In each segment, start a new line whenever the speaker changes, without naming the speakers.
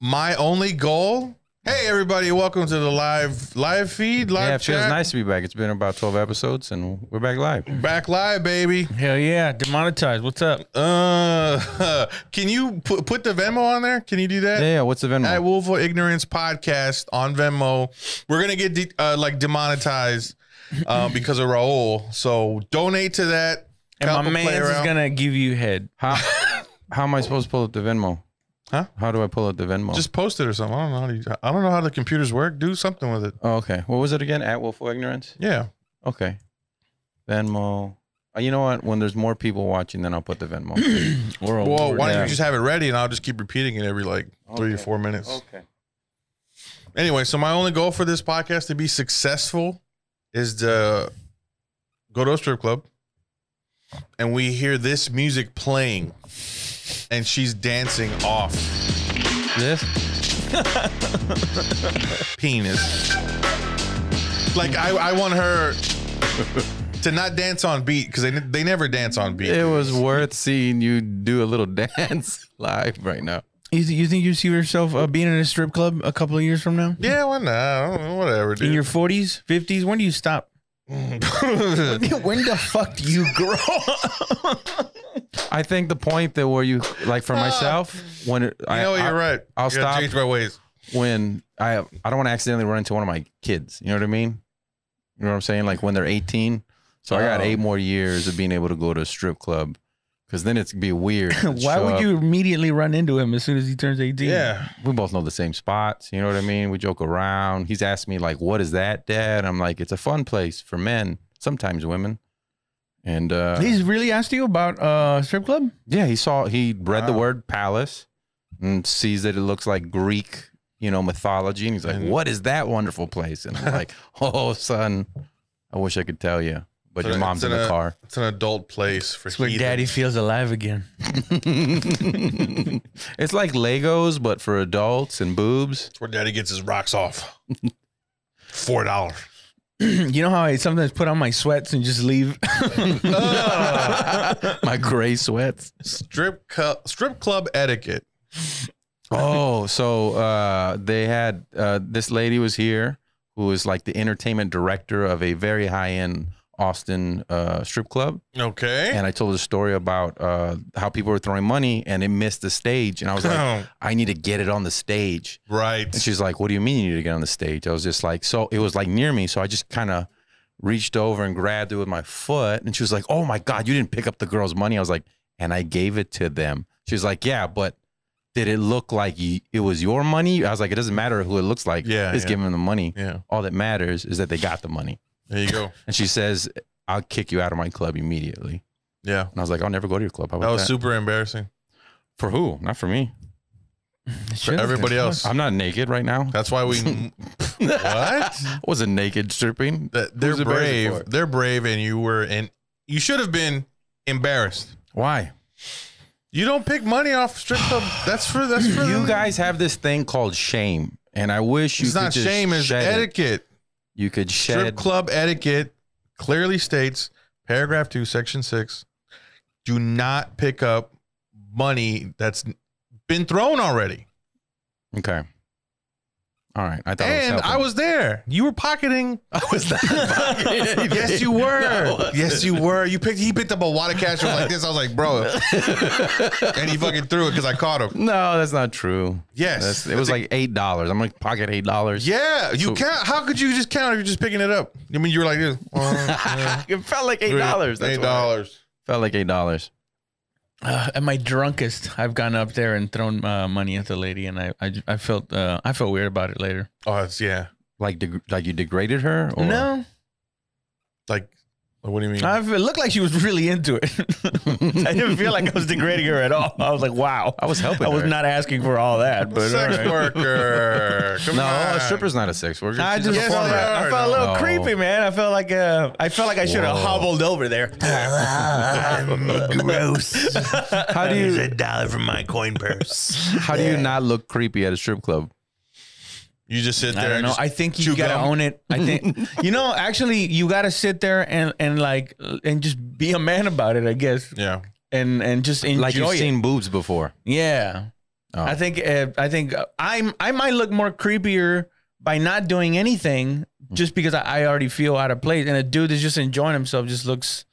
my only goal. Hey everybody, welcome to the live live feed, live
yeah, it
chat.
feels nice to be back. It's been about 12 episodes and we're back live.
Back live, baby.
Hell yeah, demonetized. What's up?
Uh, can you put put the Venmo on there? Can you do that?
Yeah, yeah, what's the Venmo?
At Willful Ignorance Podcast on Venmo. We're gonna get de- uh, like demonetized uh, because of Raul. So donate to that.
And
Come
my
play
man's is
around.
gonna give you head.
How, how am I supposed to pull up the Venmo?
Huh?
How do I pull up the Venmo?
just post it or something. I don't know how to, use- I don't know how the computers work. Do something with it.
oh, okay. What was it again? At Willful Ignorance?
Yeah.
Okay. Venmo. Uh, You know what? When there's more people watching, then I'll put the Venmo.
World.
Well, why don't
yeah.
you just have it ready and I'll just keep repeating it every like three or
Okay.
four minutes.
okay.
anyway, so my only goal for this podcast to be successful is to go to a strip club and we hear this music playing and she's dancing off
This?
penis. Like I, I want her to not dance on beat because they they never dance on beat.
It was worth seeing you do a little dance live right now.
You, th- you think you see yourself uh, being in a strip club a couple of years from now?
Yeah, why not? Whatever,
In your
dude.
forties, fifties? When do you stop? when the fuck do you grow?
I think the point that where you like
Uh,
for myself when it,
you
I,
know what,
I-
you're right.
I'll
You gotta
stop.
Change my ways.
when I I don't want to accidentally run into one of my kids. You know what I mean? You know what I'm saying? Like when they're 18. So I got
Oh.
eight more years of being able to go to a strip club, because then it's be weird. to
why
show
would
up.
you immediately run into him as soon as he turns eighteen?
Yeah,
We both know the same spots. You know what I mean? We joke around. He's asked me like, "What is that, Dad?" I'm like, "It's a fun place for men, sometimes women." And uh,
He's really asked you about uh strip club?
Yeah, he saw he read the
Wow.
word palace and sees that it looks like Greek, you know, mythology, and he's like,
Mhm.
"What is that wonderful place?" And I'm like, "Oh, son, I wish I could tell you, but
So
your
it's
mom's in
in
the
a-
car."
it's an adult place for
It's where
heathens.
daddy feels alive again.
it's like Legos, but for adults and boobs.
It's where daddy gets his rocks off. Four dollars.
you know how I sometimes put on my sweats and just leave?
My gray sweats.
Strip cu- strip club etiquette.
Oh, so uh, they had uh, this lady was here who was like the entertainment director of a very high end Austin uh, strip club.
Okay.
and I told a story about uh, how people were throwing money and it missed the stage. And I was like, I need to get it on the stage. And
right.
she's like, What do you mean you need to get on the stage? I was just like, So it was like near me. So I just kind of reached over and grabbed it with my foot. And she was like, Oh my God, you didn't pick up the girl's money. I was like, And I gave it to them. She was like, Yeah, but did it look like y- it was your money? I was like, It doesn't matter who it looks like.
Yeah,
Just
yeah.
give them the money.
Yeah.
All that matters is that they got the money.
There you go.
And she says, I'll kick you out of my club immediately.
Yeah.
And I was like, I'll never go to your club. How about
That was super embarrassing
For who? Not for me.
for everybody else.
I'm not naked right now.
That's why we. what?
I wasn't naked stripping.
That they're
Who's embarrassed for
brave.
it?
They're brave, and you were and you should have been embarrassed.
Why?
You don't pick money off strip club. That's for that's for
You guys have this thing called shame, and I wish you
It's
could
not
just
shame. It's
shed it.
etiquette.
You could
Strip
shed.
club etiquette clearly states, paragraph two, section six, do not pick up money that's been thrown already.
Okay. All right. I thought.
and I
helping.
was there. You were pocketing.
I was not.
yes, you were. yes, you were. You picked. He picked up a wad of cash and was like this. I was like, bro, and he fucking threw it because I caught him.
No, that's not true.
Yes.
That's, it was like eight dollars. I'm like pocket eight dollars.
Yeah, you
So-
can't. How could you just count if you're just picking it up? I mean, you were like this. One,
it felt like eight
three,
dollars. That's
Eight
why.
dollars.
Felt like eight dollars.
Uh, at my drunkest, I've gone up there and thrown uh, money at the lady, and I I, j- I felt uh, I felt weird about it later.
Oh, it's, yeah.
Like deg- like you degraded her? Or?
no,
Like, what do you mean?
I've, it looked like she was really into it. I didn't feel like I was degrading her at all. I was like, wow,
I was helping
I was
her.
not asking for all that, but all
sex
right.
worker. Come
No,
on.
a stripper's not a sex worker.
I
She's
just
a
Yes,
performer.
they are.
I felt a little
No.
creepy, man. I felt like uh, I felt like I should have
Whoa.
hobbled over there.
Gross.
How do
Here's
you
a dollar from my coin purse.
How do you not look creepy at a strip club?
You just sit there.
I don't
and
know.
just
I think you
chew
gotta
gum.
own it. I think you know. Actually, you gotta sit there and and like and just be a man about it. I guess
yeah.
and and just enjoy
Like you've
it.
seen boobs before.
yeah.
Oh.
I think uh, I think I'm I might look more creepier by not doing anything just because I, I already feel out of place. And a dude that's just enjoying himself just looks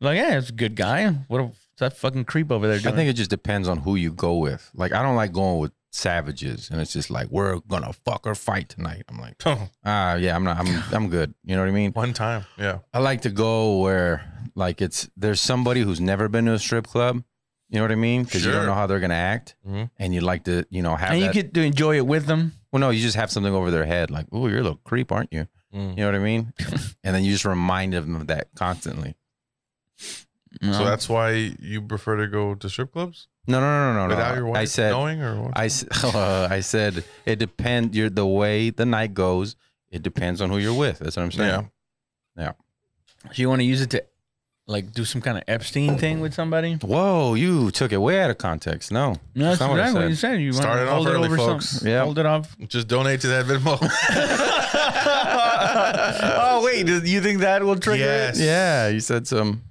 like, yeah, it's a good guy. What a, that fucking creep over there doing?
I think it just depends on who you go with. Like, I don't like going with savages, and it's just like we're gonna fuck or fight tonight. I'm like, ah, yeah, I'm not, I'm, I'm good. You know what I mean?
One time. Yeah.
I like to go where like it's there's somebody who's never been to a strip club. You know what I mean? Because you
Sure.
don't know how they're gonna act,
Mhm.
Mm-hmm. and you like to, you know, have
and you
that-
get to enjoy it with them.
Well, no, you just have something over their head, like, "Oh, you're a little creep, aren't you?"
Mm.
You know what I mean? and then you just remind them of that constantly.
So that's why you prefer to go to strip clubs
No, no, no, no, no.
without your wife
I said,
knowing, or what?
I, s- oh, I said, it depends. You're the way the night goes. It depends on who you're with. That's what I'm saying.
yeah.
So you want to use it to like do some kind of Epstein thing with somebody?
Whoa, you took it way out of context. No,
No, that's
not what I
exactly what,
said.
you said. You wanna
Started off
hold it
early,
over some-
folks.
Yeah.
hold it off.
Just donate to that Venmo.
oh wait, do you think that will trigger
yes.
it?
yeah, you said some.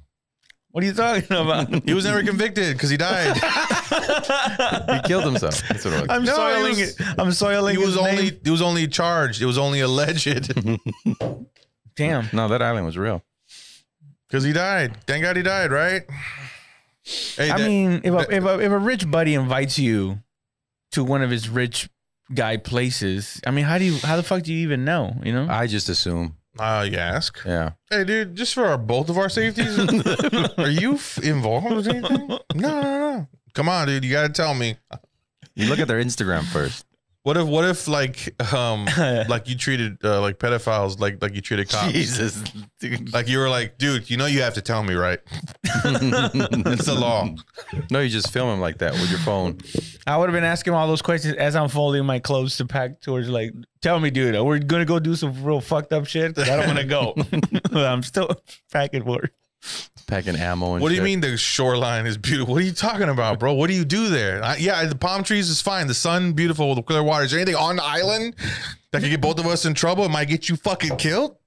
What are you talking about?
He was never convicted because he died.
He killed himself. That's what it was.
I'm
No,
soiling
he was-
it. I'm soiling
he was
his
only
name.
he was only charged. It was only alleged
Damn.
no, that island was real.
because he died. Thank God he died, right? Hey,
I
that-
mean, if
that-
a, if a if a rich buddy invites you to one of his rich guy places, I mean, how do you how the fuck do you even know? You know,
I just assume.
uh, you ask.
Yeah.
Hey, dude, just for our both of our safeties, are you f- involved with anything? No, no, no. Come on, dude, you gotta tell me.
You look at their Instagram first.
What if, what if, like, um, like you treated uh, like pedophiles, like like you treated cops.
Jesus. dude.
Like you were like, dude, you know you have to tell me, right? It's the law.
No, you just film them like that with your phone.
I would have been asking all those questions as I'm folding my clothes to pack towards. Like, tell me, dude, we're gonna go do some real fucked up shit. 'Cause I don't want to go. I'm still packing work.
Packing ammo and
What do you
shit.
mean the shoreline is beautiful? What are you talking about, bro? What do you do there? I, yeah, the palm trees is fine. The sun, beautiful, the clear water. Is there anything on the island that could get both of us in trouble? It might get you fucking killed.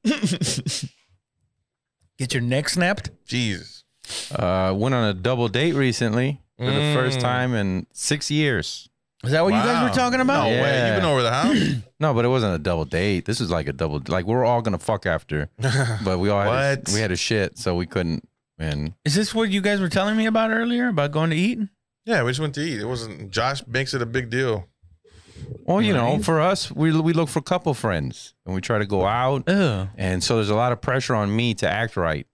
Get your neck snapped.
Jesus.
Uh, went on a double date recently for the first
Mm.
time in six years.
Is that what you guys
Wow.
were talking
No
about?
Yeah.
way. You've been over the house.
No, but it wasn't a double date. This was like a double. Like we were all gonna fuck after, but we all had
What?
A, we had a shit, so we couldn't. And
Is this what you guys were telling me about earlier about going to eat?
yeah, we just went to eat. It wasn't. Josh makes it a big deal.
well, you know, for us, we we look for couple friends and we try to go out,
Ugh.
and so there's a lot of pressure on me to act right,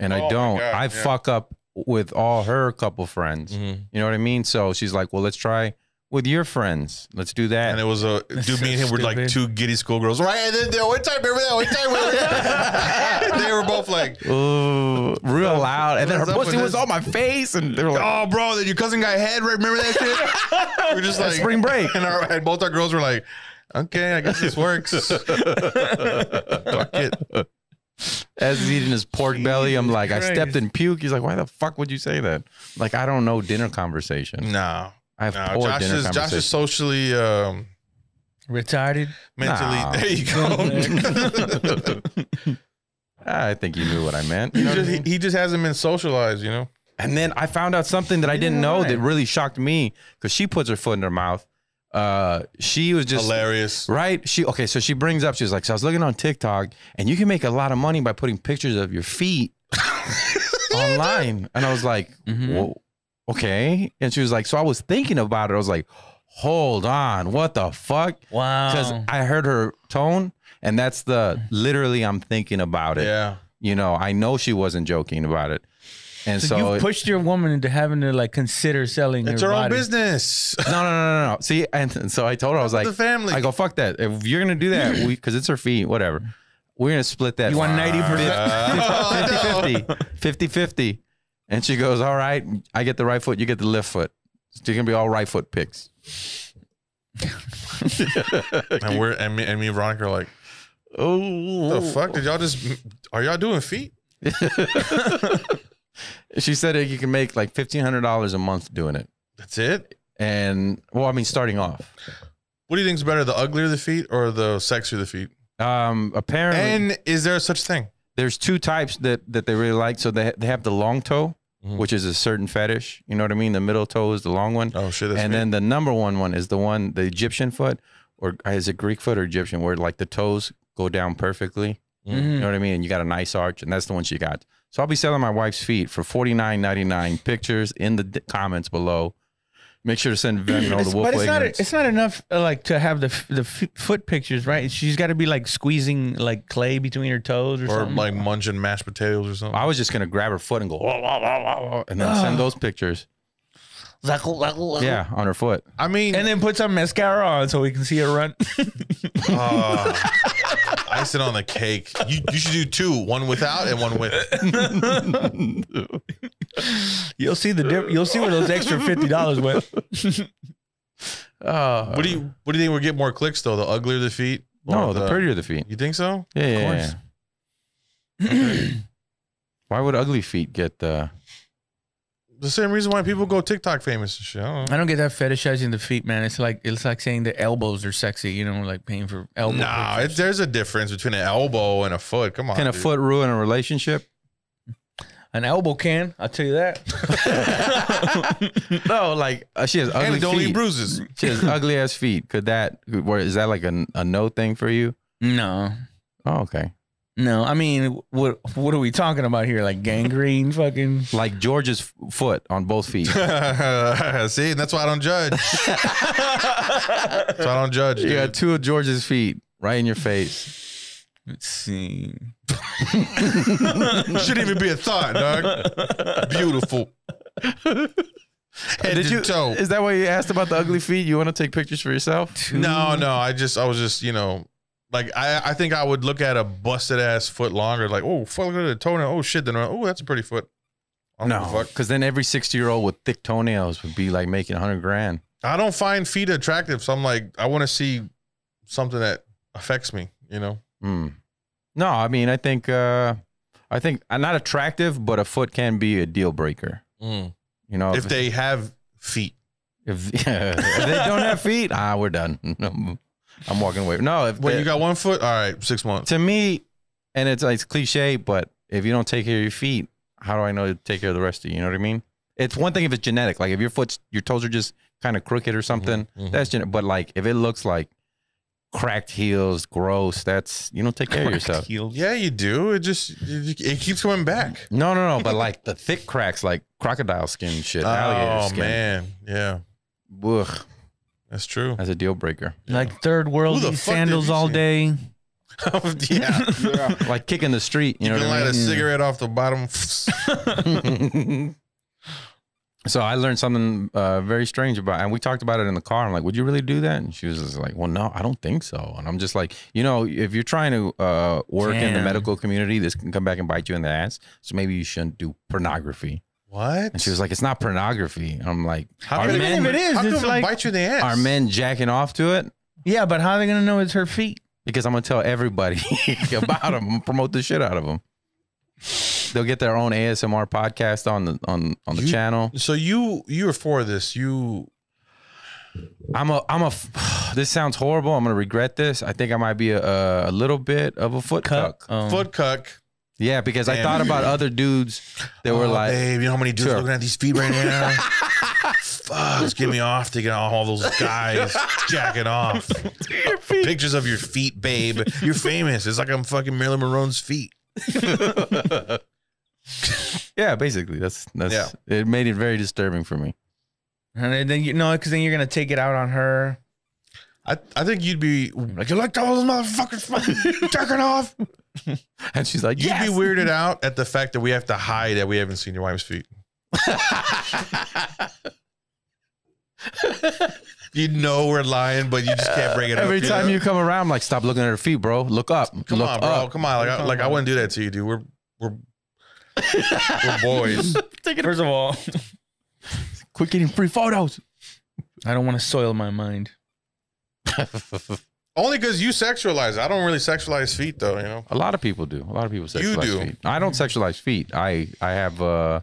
and
Oh
I
my
don't.
God,
I
yeah.
fuck up with all her couple friends. You know what I mean? So she's like, "Well, let's try with your friends. Let's do that."
And it was a dude. me and him were like
Stupid.
two giddy schoolgirls. Right? And then the one time, remember that one time? Remember that? they were both like,
Ooh, real loud. And then her
what's up
pussy
with
was
this?
on my face, and they were like,
"Oh, bro, that your cousin got head." Right? Remember that shit? we were just like
spring break.
and, our, and both our girls were like, "Okay, I guess this works." Fuck it.
As he's eating his pork belly, I'm like, I
Christ.
stepped in puke. He's like, why the fuck would you say that? Like, I don't know dinner conversation.
No,
I have
no.
poor
Josh
dinner
is Josh is
conversation.
socially, um,
Retarded.
mentally.
Nah.
There you go.
I think you knew what I meant.
he,
You know what I
just,
mean?
he, he just hasn't been socialized, you know.
And then I found out something that I didn't
Yeah,
know
right.
that really shocked me because she puts her foot in her mouth. Uh, she was just
Hilarious.
Right? She okay, so she brings up, she's like, So I was looking on TikTok and you can make a lot of money by putting pictures of your feet online. And I was like,
Mhm.
"Whoa, okay. And she was like, So I was thinking about it. I was like, Hold on, what the fuck? Because
Wow.
I heard her tone, and that's the literally I'm thinking about it.
Yeah.
You know, I know she wasn't joking about it. And so,
So, you
it-
pushed your woman into having to like consider selling
It's
her,
our own
body.
business.
no, no, no, no, no. See, and, and so I told her, I was like,
the family.
I go, fuck that. If you're gonna do that, we because it's her feet, whatever. We're gonna split that.
You want 90%?
Uh,
50 50. And she goes, All right, I get the right foot, you get the left foot. It's gonna be all right foot picks.
and we're and me, and me and Veronica are like,
Oh
the fuck did y'all just? Are y'all doing feet?
She said that you can make like fifteen hundred dollars a month doing it.
That's it.
And well, I mean starting off.
What do you think's better, the uglier the feet or the sexier the feet?
Um apparently
And is there such thing?
there's two types that that they really like. So they they have the long toe
Mm-hmm.
Mhm.
which is a certain fetish. You know what I mean? The middle toe is the long one,
Oh shit! That's
and
me.
then the number one one is the one the Egyptian foot, or is it Greek foot or Egyptian? Where like the toes go down perfectly.
Mm-hmm.
You know what I mean? And you got a nice arch, and that's the one she got. So I'll be selling my wife's feet for forty nine ninety nine. Pictures in the d- comments below. Make sure to send Venmo
It's-
the
but
Wolf
it's not
Ignorance.
it's not enough uh, like to have the f- the f- foot pictures, right? She's got to be like squeezing like clay between her toes or,
or
something.
like munching mashed potatoes or something.
I was just gonna grab her foot and go, "Whoa, whoa, whoa, whoa, whoa," and then send those pictures. Yeah, on her foot.
I mean,
and then put some mascara on so we can see her run.
uh, icing on the cake. You you should do two, one without and one with.
you'll see the diff- you'll see where those extra fifty dollars went.
Oh,
What do you What do you think would get more clicks though? The uglier the feet?
No,
Or
the prettier the feet.
You think so?
Yeah, yeah,
course.
yeah. Why would ugly feet get the?
The same reason why people go TikTok famous and shit. I don't know.
I don't get that fetishizing the feet, man. It's like it's like saying the elbows are sexy. You know, like paying for elbow.
Nah,
pictures.
it's, there's a difference between an elbow and a foot. Come on,
Can a
dude.
foot ruin a relationship?
an elbow can. I'll tell you that.
No, like uh, she has ugly
and it don't
feet.
leave bruises.
She has ugly ass feet. Could that? Where is that like a, a no thing for you?
no,
Oh, okay.
no. I mean, what what are we talking about here? Like gangrene, fucking.
Like George's f- foot on both feet.
See, that's why I don't judge. that's why I don't judge.
you
dude.
got two of George's feet right in your face.
Let's see.
Shouldn't even be a thought, dog. Beautiful. Head
Did
to
you?
toe.
Is that why you asked about the ugly feet? You want to take pictures for yourself?
No, no. I just, I was just, you know, like I, I think I would look at a busted ass foot longer, like, oh, fuck, look at the toenail. Oh shit, then, oh, that's a pretty foot. I don't give a
No,
fuck.
because then every sixty-year-old with thick toenails would be like making hundred grand.
I don't find feet attractive, so I'm like, I want to see something that affects me. You know,
Hmm. No, I mean, I think, uh, I think uh, not attractive, but a foot can be a deal breaker. You know,
if they have feet.
if, if they don't have feet, ah, we're done. I'm walking away. No, if
When
they-
you got one foot, all right, six months.
to me, and it's like, it's cliche, but if you don't take care of your feet, how do I know to take care of the rest of you? You know what I mean? It's one thing if it's genetic, like if your foot's your toes are just kind of crooked or something,
Mm-hmm,
that's genetic. But like if it looks like cracked heels, gross, that's you don't take care of yourself.
Heels.
Yeah, you do. It just it, it keeps coming back.
No, no, no. But like the thick cracks, like crocodile skin shit, alligator
Oh
skin.
man, yeah,
Ugh,
that's true.
that's a deal breaker.
Like third world
Who the
these
fuck did
sandals
you
all
see?
day.
yeah,
Like kicking the street. You,
you,
know
can
what
light
I
a
mean?
cigarette off the bottom.
so I learned something uh, very strange about, and we talked about it in the car. I'm like, "Would you really do that?" And she was just like, "Well, no, I don't think so." And I'm just like, you know, if you're trying to uh, work in the
Damn.
medical community, this can come back and bite you in the ass. So maybe you shouldn't do pornography.
What?
And she was like, "It's not pornography." And I'm like,
how
"Are
could
men-
it is? How
it's
could
like-
it bite you in the ass?
are men jacking off to it?"
Yeah, but how are they gonna know it's her feet?
because I'm gonna tell everybody about them, promote the shit out of them. They'll get their own ASMR podcast on the on on the
You-
channel.
So you you were for this. You
I'm a I'm a. f- This sounds horrible. I'm gonna regret this. I think I might be a, a little bit of a foot cuck.
Oh.
foot cuck.
Yeah, because I
Damn.
thought about other dudes that were
Oh,
like,
babe, you know how many dudes are
Sure.
looking at these feet right now? Fuck, it's getting me off to get all those guys jacking off. Pictures of your feet, babe. You're famous. It's like I'm fucking Marilyn Monroe's feet.
yeah, basically. That's that's. It made it very disturbing for me.
And then you know, because then you're gonna take it out on her.
I, I think you'd be like you like all those motherfuckers fucking jerking off.
And she's like,
You'd
yes.
be weirded out at the fact that we have to hide that we haven't seen your wife's feet. you know we're lying, but you just can't bring it up.
Every
know?
time you come around, I'm like, stop looking at her feet, bro. Look up.
Come
Look
on, bro.
up."
Come on. Like, I, like I wouldn't do that to you, dude. We're we're we're boys.
First of all,
Quit getting free photos.
I don't want to soil my mind.
Only because you sexualize. it. I don't really sexualize feet though. You know.
A lot of people do. A lot of people sexualize
You do.
feet. I don't sexualize feet. I I have uh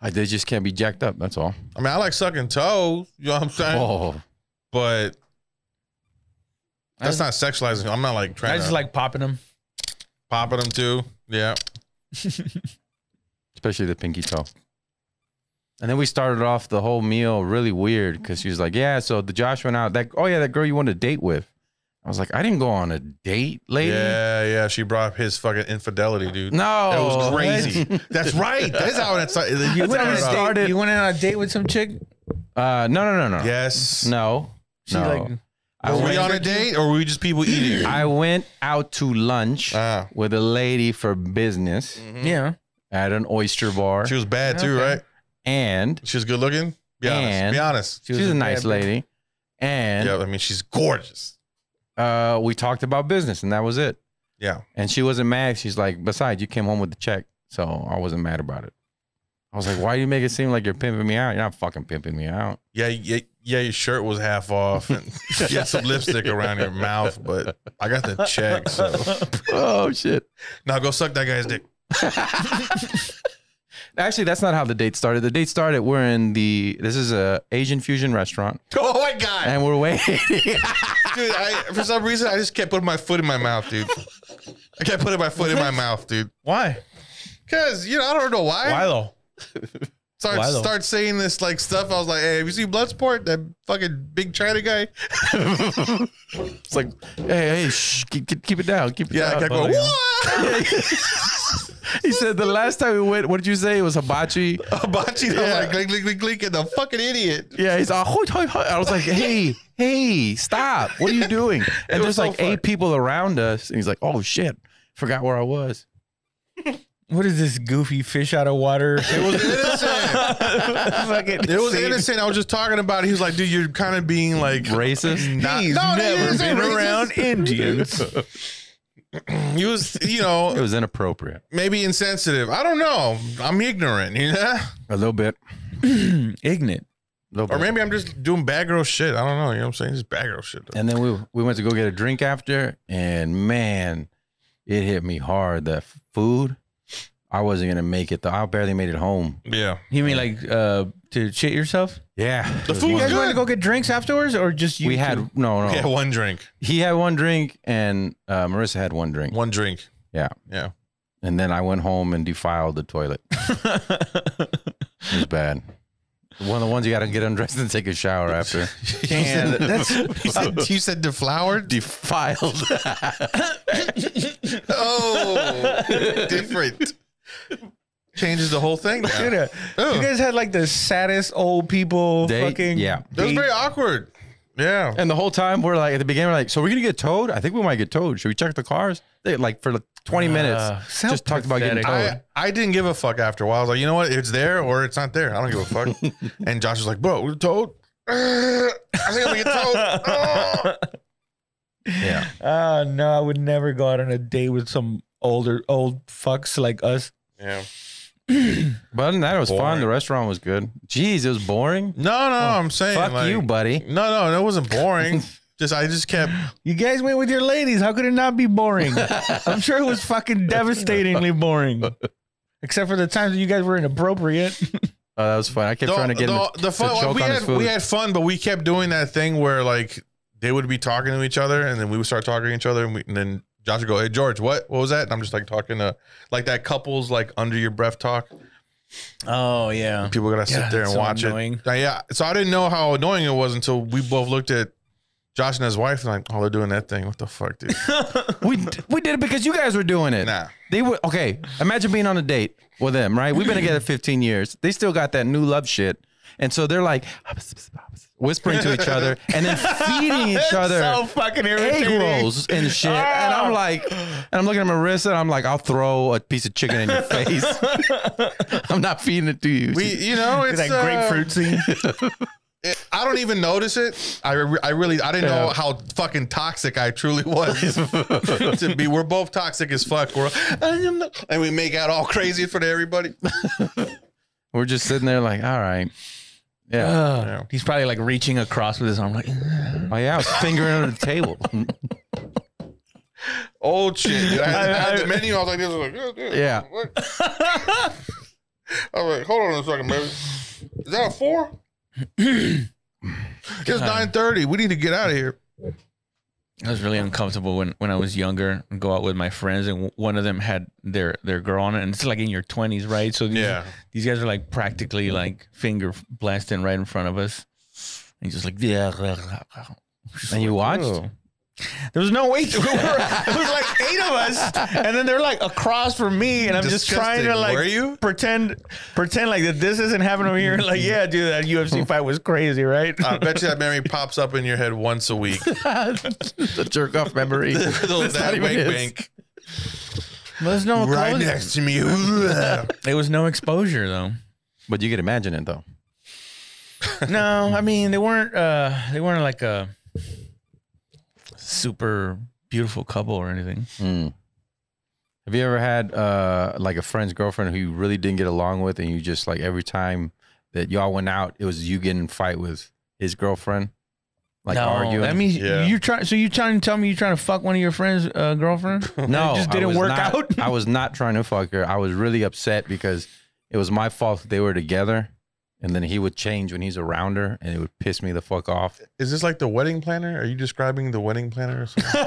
I they just can't be jacked up, that's all.
I mean, I like sucking toes. You know what I'm saying?
Oh.
But that's
I,
not sexualizing. I'm not like
I
trying
just
to
like popping them.
popping them too. Yeah.
Especially the pinky toe. And then we started off the whole meal really weird because she was like, "Yeah, so the Josh went out. That oh yeah, that girl you went to date with." I was like, "I didn't go on a date, lady."
Yeah, yeah. She brought up his fucking infidelity, dude.
No,
That was crazy. That's right. That's how it started.
You
That's
went,
how
on
it
a
started.
date, you went on a date with some chick.
Uh, no, no, no, no.
Yes.
No.
She
no.
like
I
Were we
went,
on a date or were we just people eating?
I went out to lunch
Ah.
with a lady for business
yeah.
at an oyster bar,
Mm-hmm. She was bad too,
Okay.
right?
and
She was good looking. Be honest.
And-
Be honest.
she was,
was
a,
a
nice
bad bitch.
lady. And
Yeah, I mean, she's gorgeous.
uh, we talked about business, and that was it.
Yeah.
And she wasn't mad. She's like, besides, you came home with the check, so I wasn't mad about it. I was like, why do you make it seem like you're pimping me out? You're not fucking pimping me out.
Yeah, yeah, yeah. Your shirt was half off, and you had some lipstick around your mouth. But I got the check, so
oh shit.
now go suck that guy's dick.
Actually, that's not how the date started. The date started. We're in the this is a Asian fusion restaurant,
Oh my god,
and we're waiting.
dude! I, for some reason, I just kept putting my foot in my mouth, dude. I kept putting my foot in my mouth, dude.
Why?
Cause you know, I don't know why.
Why though?
start
why though?
start saying this like stuff. I was like, hey, have you seen Bloodsport? That fucking big China guy.
it's like, hey, hey, shh, keep, keep, keep it down, keep it
Yeah, I
down.
kept going. What?
he said the last time we went, what did you say? It was hibachi.
Hibachi. I was like, glink, glink, glink, glink, and the fucking idiot.
Yeah, he's "Ah, all, "Hoy, hoy, hoy." I was like, hey, hey, stop. What are you doing? And
was
there's
so
like
fun.
eight people around us. And he's like, oh shit, forgot where I was.
What is this goofy fish out of water?
It was innocent.
Fucking-
It was innocent. I was just talking about it. He was like, dude, you're kind of being like
Racist.
not-
He's
No, no, he
never
didn't say
been
racist.
around Indians.
He was, you
It
know,
was inappropriate.
maybe insensitive. I don't know. I'm ignorant, you know?
A little bit.
Ignorant.
little
Or
bit.
maybe I'm just doing bad girl shit. I don't know. You know what I'm saying? Just bad girl shit. though.
And then we we went to go get a drink after, and man, it hit me hard. The food, I wasn't gonna make it though. I barely made it home.
Yeah.
You mean like uh, to shit yourself?
Yeah,
The
It was
food
You
one-
guys
Good.
wanted to go get drinks afterwards, or just you?
we
two?
had no no.
Yeah, one drink.
He had one drink, and uh, Marissa had one drink,
One drink.
Yeah.
Yeah.
and then I went home and defiled the toilet. It was bad. One of the ones you got to get undressed and take a shower after.
Damn, that's
You said, you said deflowered?
defiled.
Oh, different. Changes the whole thing. now.
Dude, uh,
Ew.
You guys had like the saddest old people
They-
fucking.
yeah.
That was
date.
very awkward. Yeah.
And the whole time we're like at the beginning, we're like, so we're gonna get towed? I think we might get towed. Should we check the cars? They like for like 20
Uh,
minutes.
so
Just talked about getting
pathetic.
towed.
I, I didn't give a fuck after a while. I was like, you know what? It's there or it's not there. I don't give a fuck. and Josh was like, bro, we're towed. I think I'm gonna get towed. Oh.
yeah.
Oh no, I would never go out on a date with some older old fucks like us.
Yeah.
But other than that, it was fun.
Boring.
The restaurant was good. Jeez, it was boring.
No, no, I'm saying
Fuck
like-
you, buddy.
No, no, that wasn't boring. just I just kept
You guys went with your ladies. How could it not be boring? I'm sure it was fucking devastatingly boring. Except for the times that you guys were inappropriate.
Oh, that was fun. I kept trying to get him
the,
to,
the fun.
to
like,
choke
we
on
had
his food.
we had fun, but we kept doing that thing where like they would be talking to each other, and then we would start talking to each other, and, we, and then Josh would go, "Hey George, what what was that?" And I'm just like talking to like that couples like under your breath talk.
Oh yeah.
People gotta sit
Yeah,
there and
that's so
watch
annoying.
it. Uh, yeah, so I didn't know how annoying it was until we both looked at Josh and his wife and like, "Oh, they're doing that thing. What the fuck, dude?"
we, d- we did it because you guys were doing it.
nah.
They were okay. Imagine being on a date with them, right? We've been together 15 years. They still got that new love shit, and so they're like whispering to each other and then feeding each other
so fucking
egg
irritating.
rolls and shit. And I'm like, and I'm looking at Marissa, and I'm like, I'll throw a piece of chicken in your face. I'm not feeding it to you.
We, you know, it's
That
uh,
grapefruit scene.
it- I don't even notice it. I, re- I really I didn't know how fucking toxic I truly was to be. We're both toxic as fuck. We're, and we make out all crazy for everybody.
We're just sitting there like, all right. Yeah.
Uh.
Yeah.
He's probably like reaching across with his arm, like
oh, yeah. I was fingering under the table.
Old shit. Dude. I, had, I had the menu. I was like, this was like, yeah, yeah.
Yeah.
What? I was like, hold on a second, baby. Is that a four? it's nine thirty. We need to get out of here.
I was really uncomfortable when, when I was younger and go out with my friends and w- one of them had their, their girl on it and it's like in your twenties, right? So these,
Yeah.
these guys are like practically like finger blasting right in front of us. And he's just like, yeah. blah, blah, blah."
And you watched?
Ew. There was no way. To, we were, there was like eight of us, and then they're like across from me, and I'm just trying to
Disgusting.
like
Were you?
pretend, pretend like that this isn't happening over here. Like, yeah, dude, that UFC fight was crazy, right?
I bet you that memory pops up in your head once a week.
the jerk off memory.
that
even
wink,
his.
wink.
There's no
Right
clothing.
next to me.
There was no exposure though.
but you could imagine it though.
No, I mean they weren't. uh They weren't like a super beautiful couple or anything.
Mm. Have you ever had uh, like a friend's girlfriend who you really didn't get along with, and you just like every time that y'all went out, it was you getting in a fight with his girlfriend, like
no,
arguing.
I mean,
Yeah.
you trying. So you trying to tell me you trying to fuck one of your friends' uh, girlfriend?
no,
it just
I
didn't
was
work
not-
out?
I was not trying to fuck her. I was really upset because it was my fault that they were together, and then he would change when he's around her, and it would piss me the fuck off.
Is this like the wedding planner? Are you describing the wedding planner or something?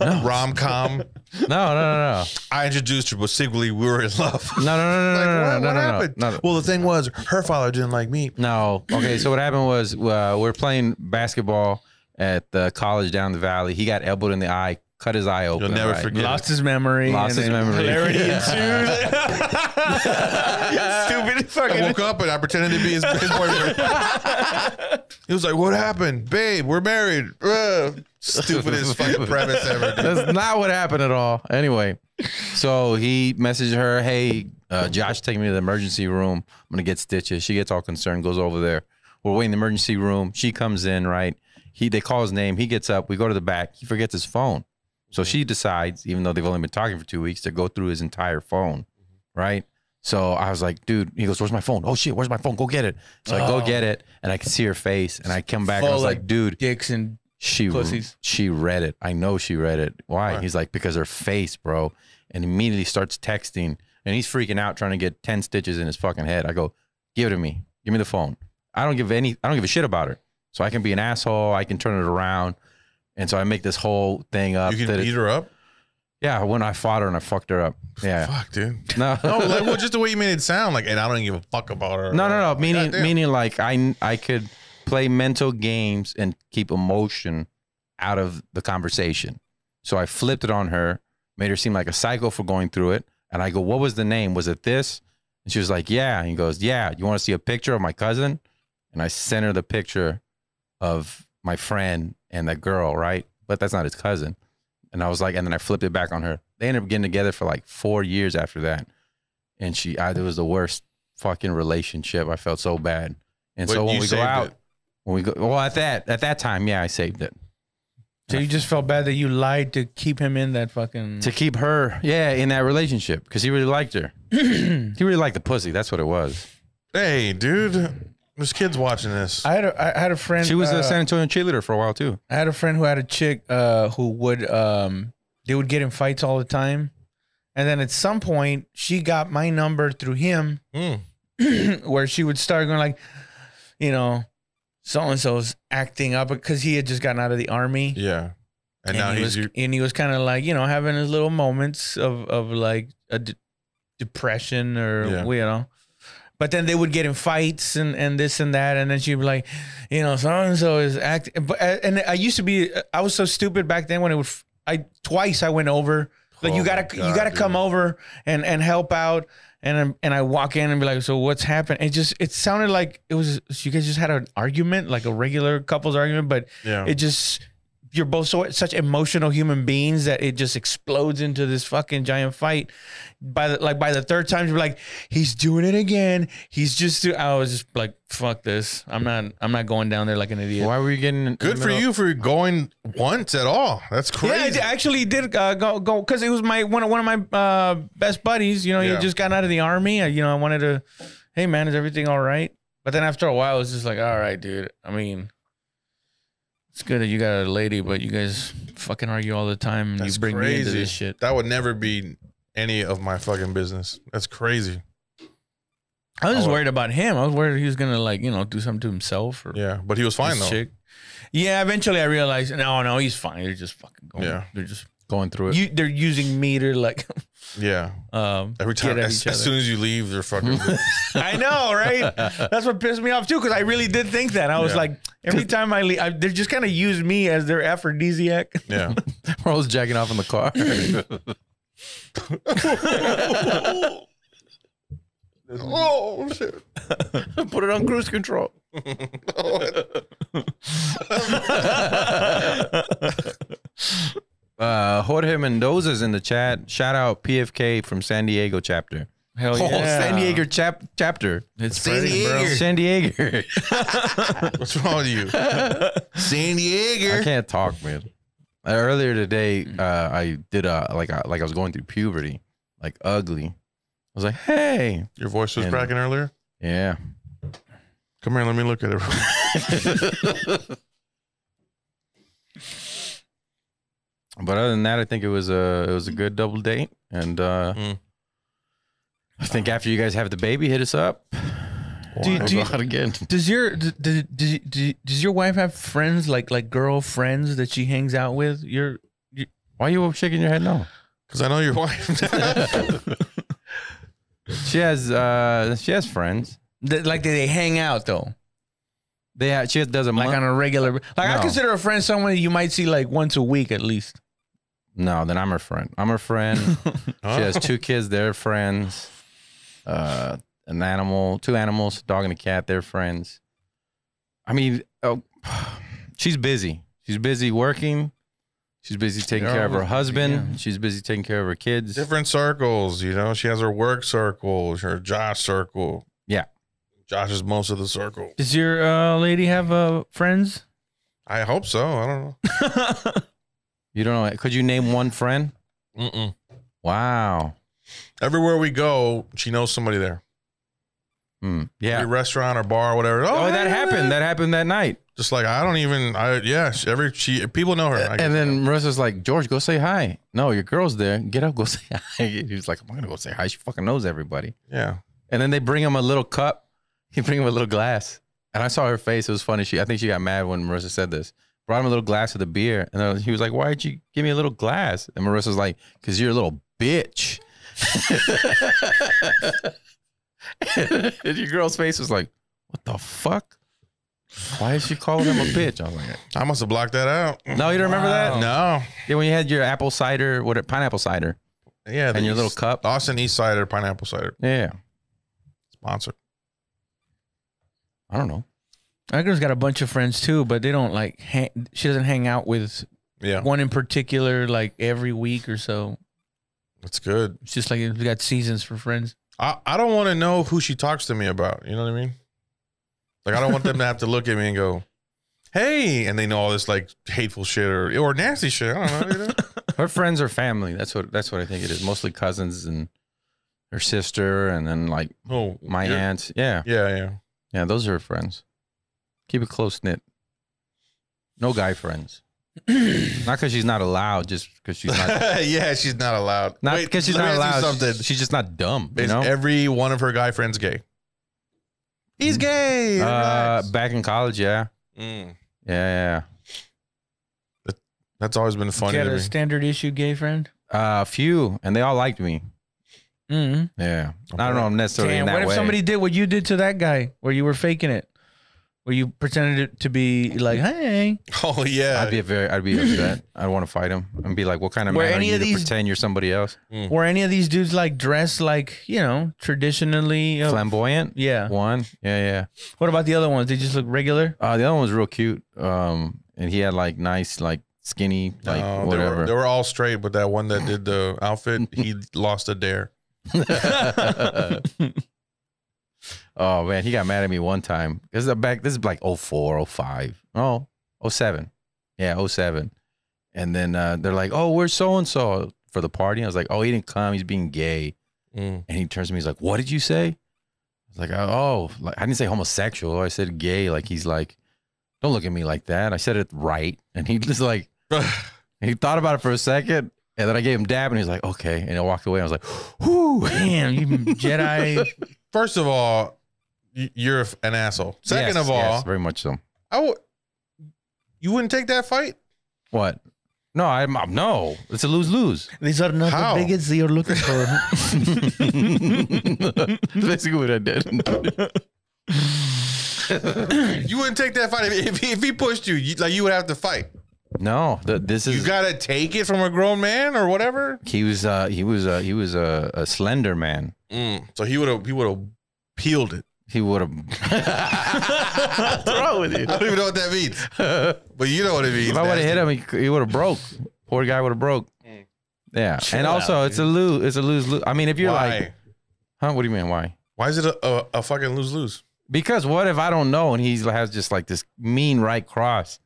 No, no,
Rom com.
no, no, no,
I introduced her, but secretly we were in love.
no, no, no, no,
Like, what, what
no, no, no, no,
happened?
no, no.
Well, the thing was, her father didn't like me.
No. Okay. So what happened was uh, we're playing basketball at the college down the valley. He got elbowed in the eye, cut his eye open.
never
right?
forget.
Lost his memory.
Lost
and
his
then
memory.
Hilarity ensued. Stupid
I
fucking.
woke up and I pretended to be his, his boyfriend. he was like, "What happened, babe? We're married." Ugh. Stupidest fucking premise ever. dude.
That's not what happened at all. Anyway, so he messaged her, "Hey, uh, Josh, take me to the emergency room. I'm gonna get stitches." She gets all concerned, goes over there. We're waiting in the emergency room. She comes in, right? He they call his name. He gets up. We go to the back. He forgets his phone. So she decides, even though they've only been talking for two weeks, to go through his entire phone, right? So I was like, dude, he goes, where's my phone? Oh shit, where's my phone? Go get it. So I go get it, and I can see her face, and I come back, and I was
Full of
like, dude,
Dicks and
she
Pussies.
she read it. I know she read it. Why?
Why?
He's like because her face, bro, and immediately starts texting, and he's freaking out trying to get ten stitches in his fucking head. I go, give it to me. Give me the phone. I don't give any. I don't give a shit about her. So I can be an asshole. I can turn it around, and so I make this whole thing up.
You can
that it-
beat her up.
yeah, when I fought her and I fucked her up. Yeah.
Fuck, dude.
No.
No, like, well, just the way you made it sound. Like, and I don't even give a fuck about her.
No, no, no.
Like,
Meaning,
goddamn.
meaning, like I, I could play mental games and keep emotion out of the conversation. So I flipped it on her, made her seem like a psycho for going through it. And I go, "What was the name? Was it this?" And she was like, "Yeah." And he goes, "Yeah. You want to see a picture of my cousin?" And I sent her the picture of my friend and that girl, right? But that's not his cousin. And I was like, and then I flipped it back on her. They ended up getting together for like four years after that. And she, I, it was the worst fucking relationship. I felt so bad. And so
But
when
you
we go
saved
out,
it. Mm-hmm.
when we go, well, at that, at that time, yeah, I saved it
So you just felt bad that you lied to keep him in that fucking.
to keep her, yeah, in that relationship because he really liked her. he really liked the pussy. That's what it was.
Hey, dude. There's kids watching this.
I had a, I had a friend.
She was
uh,
a San Antonio cheerleader for a while too.
I had a friend who had a chick uh, who would um, they would get in fights all the time, and then at some point she got my number through him,
Mm.
where she would start going like, you know, so and so's acting up because he had just gotten out of the army,
Yeah. And, now
he
he's
was
your,
and he was kind of like you know having his little moments of of like a de- depression or
Yeah.
you know. But then they would get in fights and, and this and that, and then she'd be like, you know, so and so is acting. But and I used to be, I was so stupid back then when it would. f- I twice I went over. Like
Oh
you
my
gotta you
God,
gotta
dude.
come over and and help out. And I'm, and I walk in and be like, so what's happened? It just it sounded like it was you guys just had an argument, like a regular couple's argument, but
yeah.
it just you're both so such emotional human beings that it just explodes into this fucking giant fight. By the like by the third time you're like, he's doing it again. He's just do-" I was just like, fuck this. I'm not I'm not going down there like an idiot.
Why were you getting in the
Good for
middle-
you for going once at all. That's
Yeah, I
crazy.
d- actually did uh, go go because it was my one of one of my uh, best buddies. You know,
Yeah.
he just got out of the army. I, you know, I wanted to, hey man, is everything all right? But then after a while, I was just like, all right, dude. I mean, it's good that you got a lady, but you guys fucking argue all the time. And
That's
you bring me into
crazy.
this shit.
that would never be any of my fucking business. That's crazy.
I was just
Oh,
worried about him. I was worried he was gonna like you know do something to himself or
Yeah, but he was fine
this
though.
chick. Yeah, eventually I realized, no, no, he's fine. They're just fucking going.
Yeah.
They're just
going through it.
you, they're using meter like
Yeah.
um
Every time,
get at
as,
each
as
other.
soon as you leave, they're fucking.
I know, right? That's what pissed me off too, because I really did think that. I was
Yeah.
like, every time I leave, I, they're just kind of use me as their aphrodisiac.
yeah.
We're always jacking off in the car.
oh shit!
Put it on cruise control. Uh, Jorge Mendoza's in the chat. Shout out PFK from San Diego chapter.
Hell
Oh, San Diego chap- chapter.
It's
San
pretty, bro.
Diego.
San Diego.
What's wrong with you?
San
I
Diego.
can't talk, man. Uh, Earlier today, uh, I did a like I, like I was going through puberty, like ugly. I was like, hey,
Your voice was
And-
cracking earlier.
yeah,
Come here, let me look at it.
But other than that, I think it was a it was a good double date, and uh,
Mm.
I think after you guys have the baby, hit us up.
Do you-
We'll
do
go
you-
out again?
Does your d- d- d- d- does your wife have friends like like girlfriends that she hangs out with? Your
Why are you shaking your head? No,
Because I know your wife.
she has uh, she has friends.
th- like they hang out though,
They ha- she does a
like
month.
on a regular. Like I
No.
consider a friend someone you might see like once a week at least.
no, then I'm her friend. I'm her friend. She has two kids, they're friends. Uh, an animal, two animals, dog and a cat, they're friends. I mean, oh, she's busy. She's busy working. She's busy taking
They're
care of her
always busy,
husband.
yeah.
She's busy taking care of her kids.
different circles. You know, she has her work circle, her Josh circle.
Yeah.
Josh is most of the circle.
Does your uh, lady have uh, friends?
I hope so. I don't know.
You don't know. Could you name one friend?
Mm-mm.
Wow.
Everywhere we go, she knows somebody there.
Hmm. Yeah.
Every restaurant or bar, or whatever.
Oh,
hey,
that
look at
happened. That happened that night.
Just like I don't even. I yeah. she- Every she people know her. I
Uh, And then Marissa's like, George, go say hi. No, your girl's there. Get up, go say hi. He's like, I'm gonna go say hi. She fucking knows everybody.
yeah.
And then they bring him a little cup. He bring him a little glass. And I saw her face. It was funny. She, I think she got mad when Marissa said this. Brought him a little glass of the beer, and then he was like, "Why'd you give me a little glass?" And Marissa's like, "Cause you're a little bitch." and your girl's face was like, "What the fuck? Why is she calling him a bitch?" I was like,
I must have blocked that out.
"No, you don't remember that?
No.
Yeah, when you had your apple cider, what pineapple cider,
Yeah. the
and your little
East-
cup.
Austin East Cider Pineapple Cider
Yeah,
sponsor.
I don't know.
My girl's got a bunch of friends too, but they don't like. Hang, she doesn't hang out with
Yeah.
one in particular like every week or so.
That's good.
It's just like we got seasons for friends.
I, I don't want to know who she talks to me about. You know what I mean? Like I don't want them to have to look at me and go, "Hey," and they know all this like hateful shit or or nasty shit. I don't know. You know?
Her friends are family. That's what that's what I think it is. Mostly cousins and her sister, and then like
oh,
my
you're-
aunts. Yeah,
Yeah, yeah.
yeah, those are her friends. Keep it close knit. No guy friends. not because she's not allowed, just because she's not.
yeah, she's not allowed.
Not
Wait,
because she's
let me
not
ask
allowed.
you Something.
She's, she's just not dumb. You
Is
know.
every one of her guy friends gay? He's gay.
Mm. uh,
relax.
back in college, yeah,
Mm.
yeah, yeah.
That's always been funny
Got
to
a
me.
standard issue gay friend.
yeah. Uh, few, and they all liked me.
Mm-hmm.
Yeah, I don't know necessarily in
Damn,
that
what if
way.
somebody did what you did to that guy, where you were faking it, where you pretended it to be like, hey,
oh yeah.
I'd be very, I'd be upset. I'd want to fight him and be like, "What kind of
Were
man are
any
you
of
to
these-
pretend you're somebody else?"
were any of these dudes like dressed like you know traditionally? uh,
Flamboyant.
yeah.
One. Yeah, yeah.
What about the other ones? They just look regular.
Uh, the other one was real cute. Um, and he had like nice, like skinny, like
No,
whatever.
They were, they were all straight, but that one that did the outfit, he lost a dare.
oh man, he got mad at me one time. This is back. This is like 04, 05. Oh, 07. Yeah, 07. And then uh, they're like, "Oh, where's so and so for the party?" I was like, "Oh, he didn't come. He's being gay."
Mm.
And he turns to me, he's like, "What did you say?" I was like, "Oh, like I didn't say homosexual. I said gay." Like he's like, "Don't look at me like that. I said it right." And he just like, he thought about it for a second, and then I gave him dab, and he's like, "Okay." And I walked away. I was like, "Whoo!"
Damn, you Jedi.
First of all, y- you're an asshole. Second
Yes,
of all,
yes, very much so.
I w- You wouldn't take that fight?
What? No, I'm I'm- no. It's a lose lose.
These are not
How?
the bigots that you're looking for.
Basically, what I did.
You wouldn't take that fight if, if, he- if he pushed you, you. Like you would have to fight.
No, th- this
You
is
gotta take it from a grown man or whatever.
he was uh, he was uh, he was a, a slender man.
Mm, So he would have he would have peeled it.
He would have. What's wrong with you?
I don't even know what that means,
if
but you know what it means.
I would have
Nasty.
hit him, he, c- he would have broke. Poor guy would have broke. Yeah, and also it's a lose. It's a lose lose. I mean, if you're
Why?
like, huh? What do you mean? Why?
Why is it a, a, a fucking lose lose?
Because what if I don't know and he has just like this mean right cross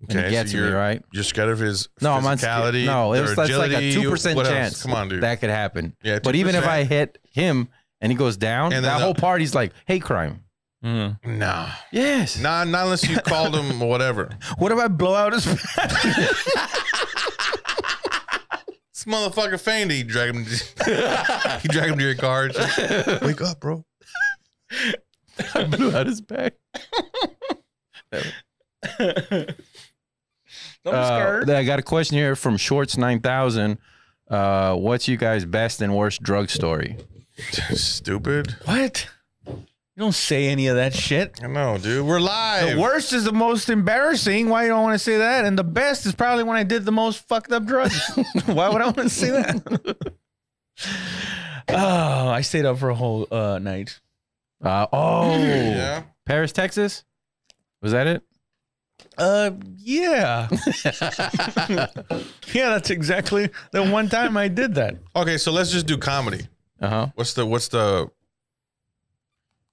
and
Okay,
he
so
gets me
you're-
right?
You're scared of his
No, I'm not scared.
physicality.
No,
their
it's that's like a
agility,
two percent
what else?
chance.
Come on, dude.
that could happen.
yeah,
But even if I
2%.
hit him and he goes down,
And then
that
the-
whole party's like hate crime.
Mm.
nah,
Yes.
nah, not unless you called him or whatever.
What if I blow out his?
This motherfucker fainted. You drag him. you drag him to your car. and shit. Wake up, bro.
I blew out his back.
I'm
Uh,
scared.
then I got a question here from Shorts Nine Thousand. Uh, what's you guys' best and worst drug story?
Stupid.
what? You don't say any of that shit.
I know, dude. We're live.
The worst is the most embarrassing. Why you don't want to say that? And the best is probably when I did the most fucked up drugs. Why would I want to say that? oh, I stayed up for a whole uh, night.
Uh, oh,
Yeah.
Paris, Texas. Was that it?
Uh, yeah, yeah. That's exactly the one time I did that.
Okay, so let's just do comedy.
Uh huh.
What's the what's the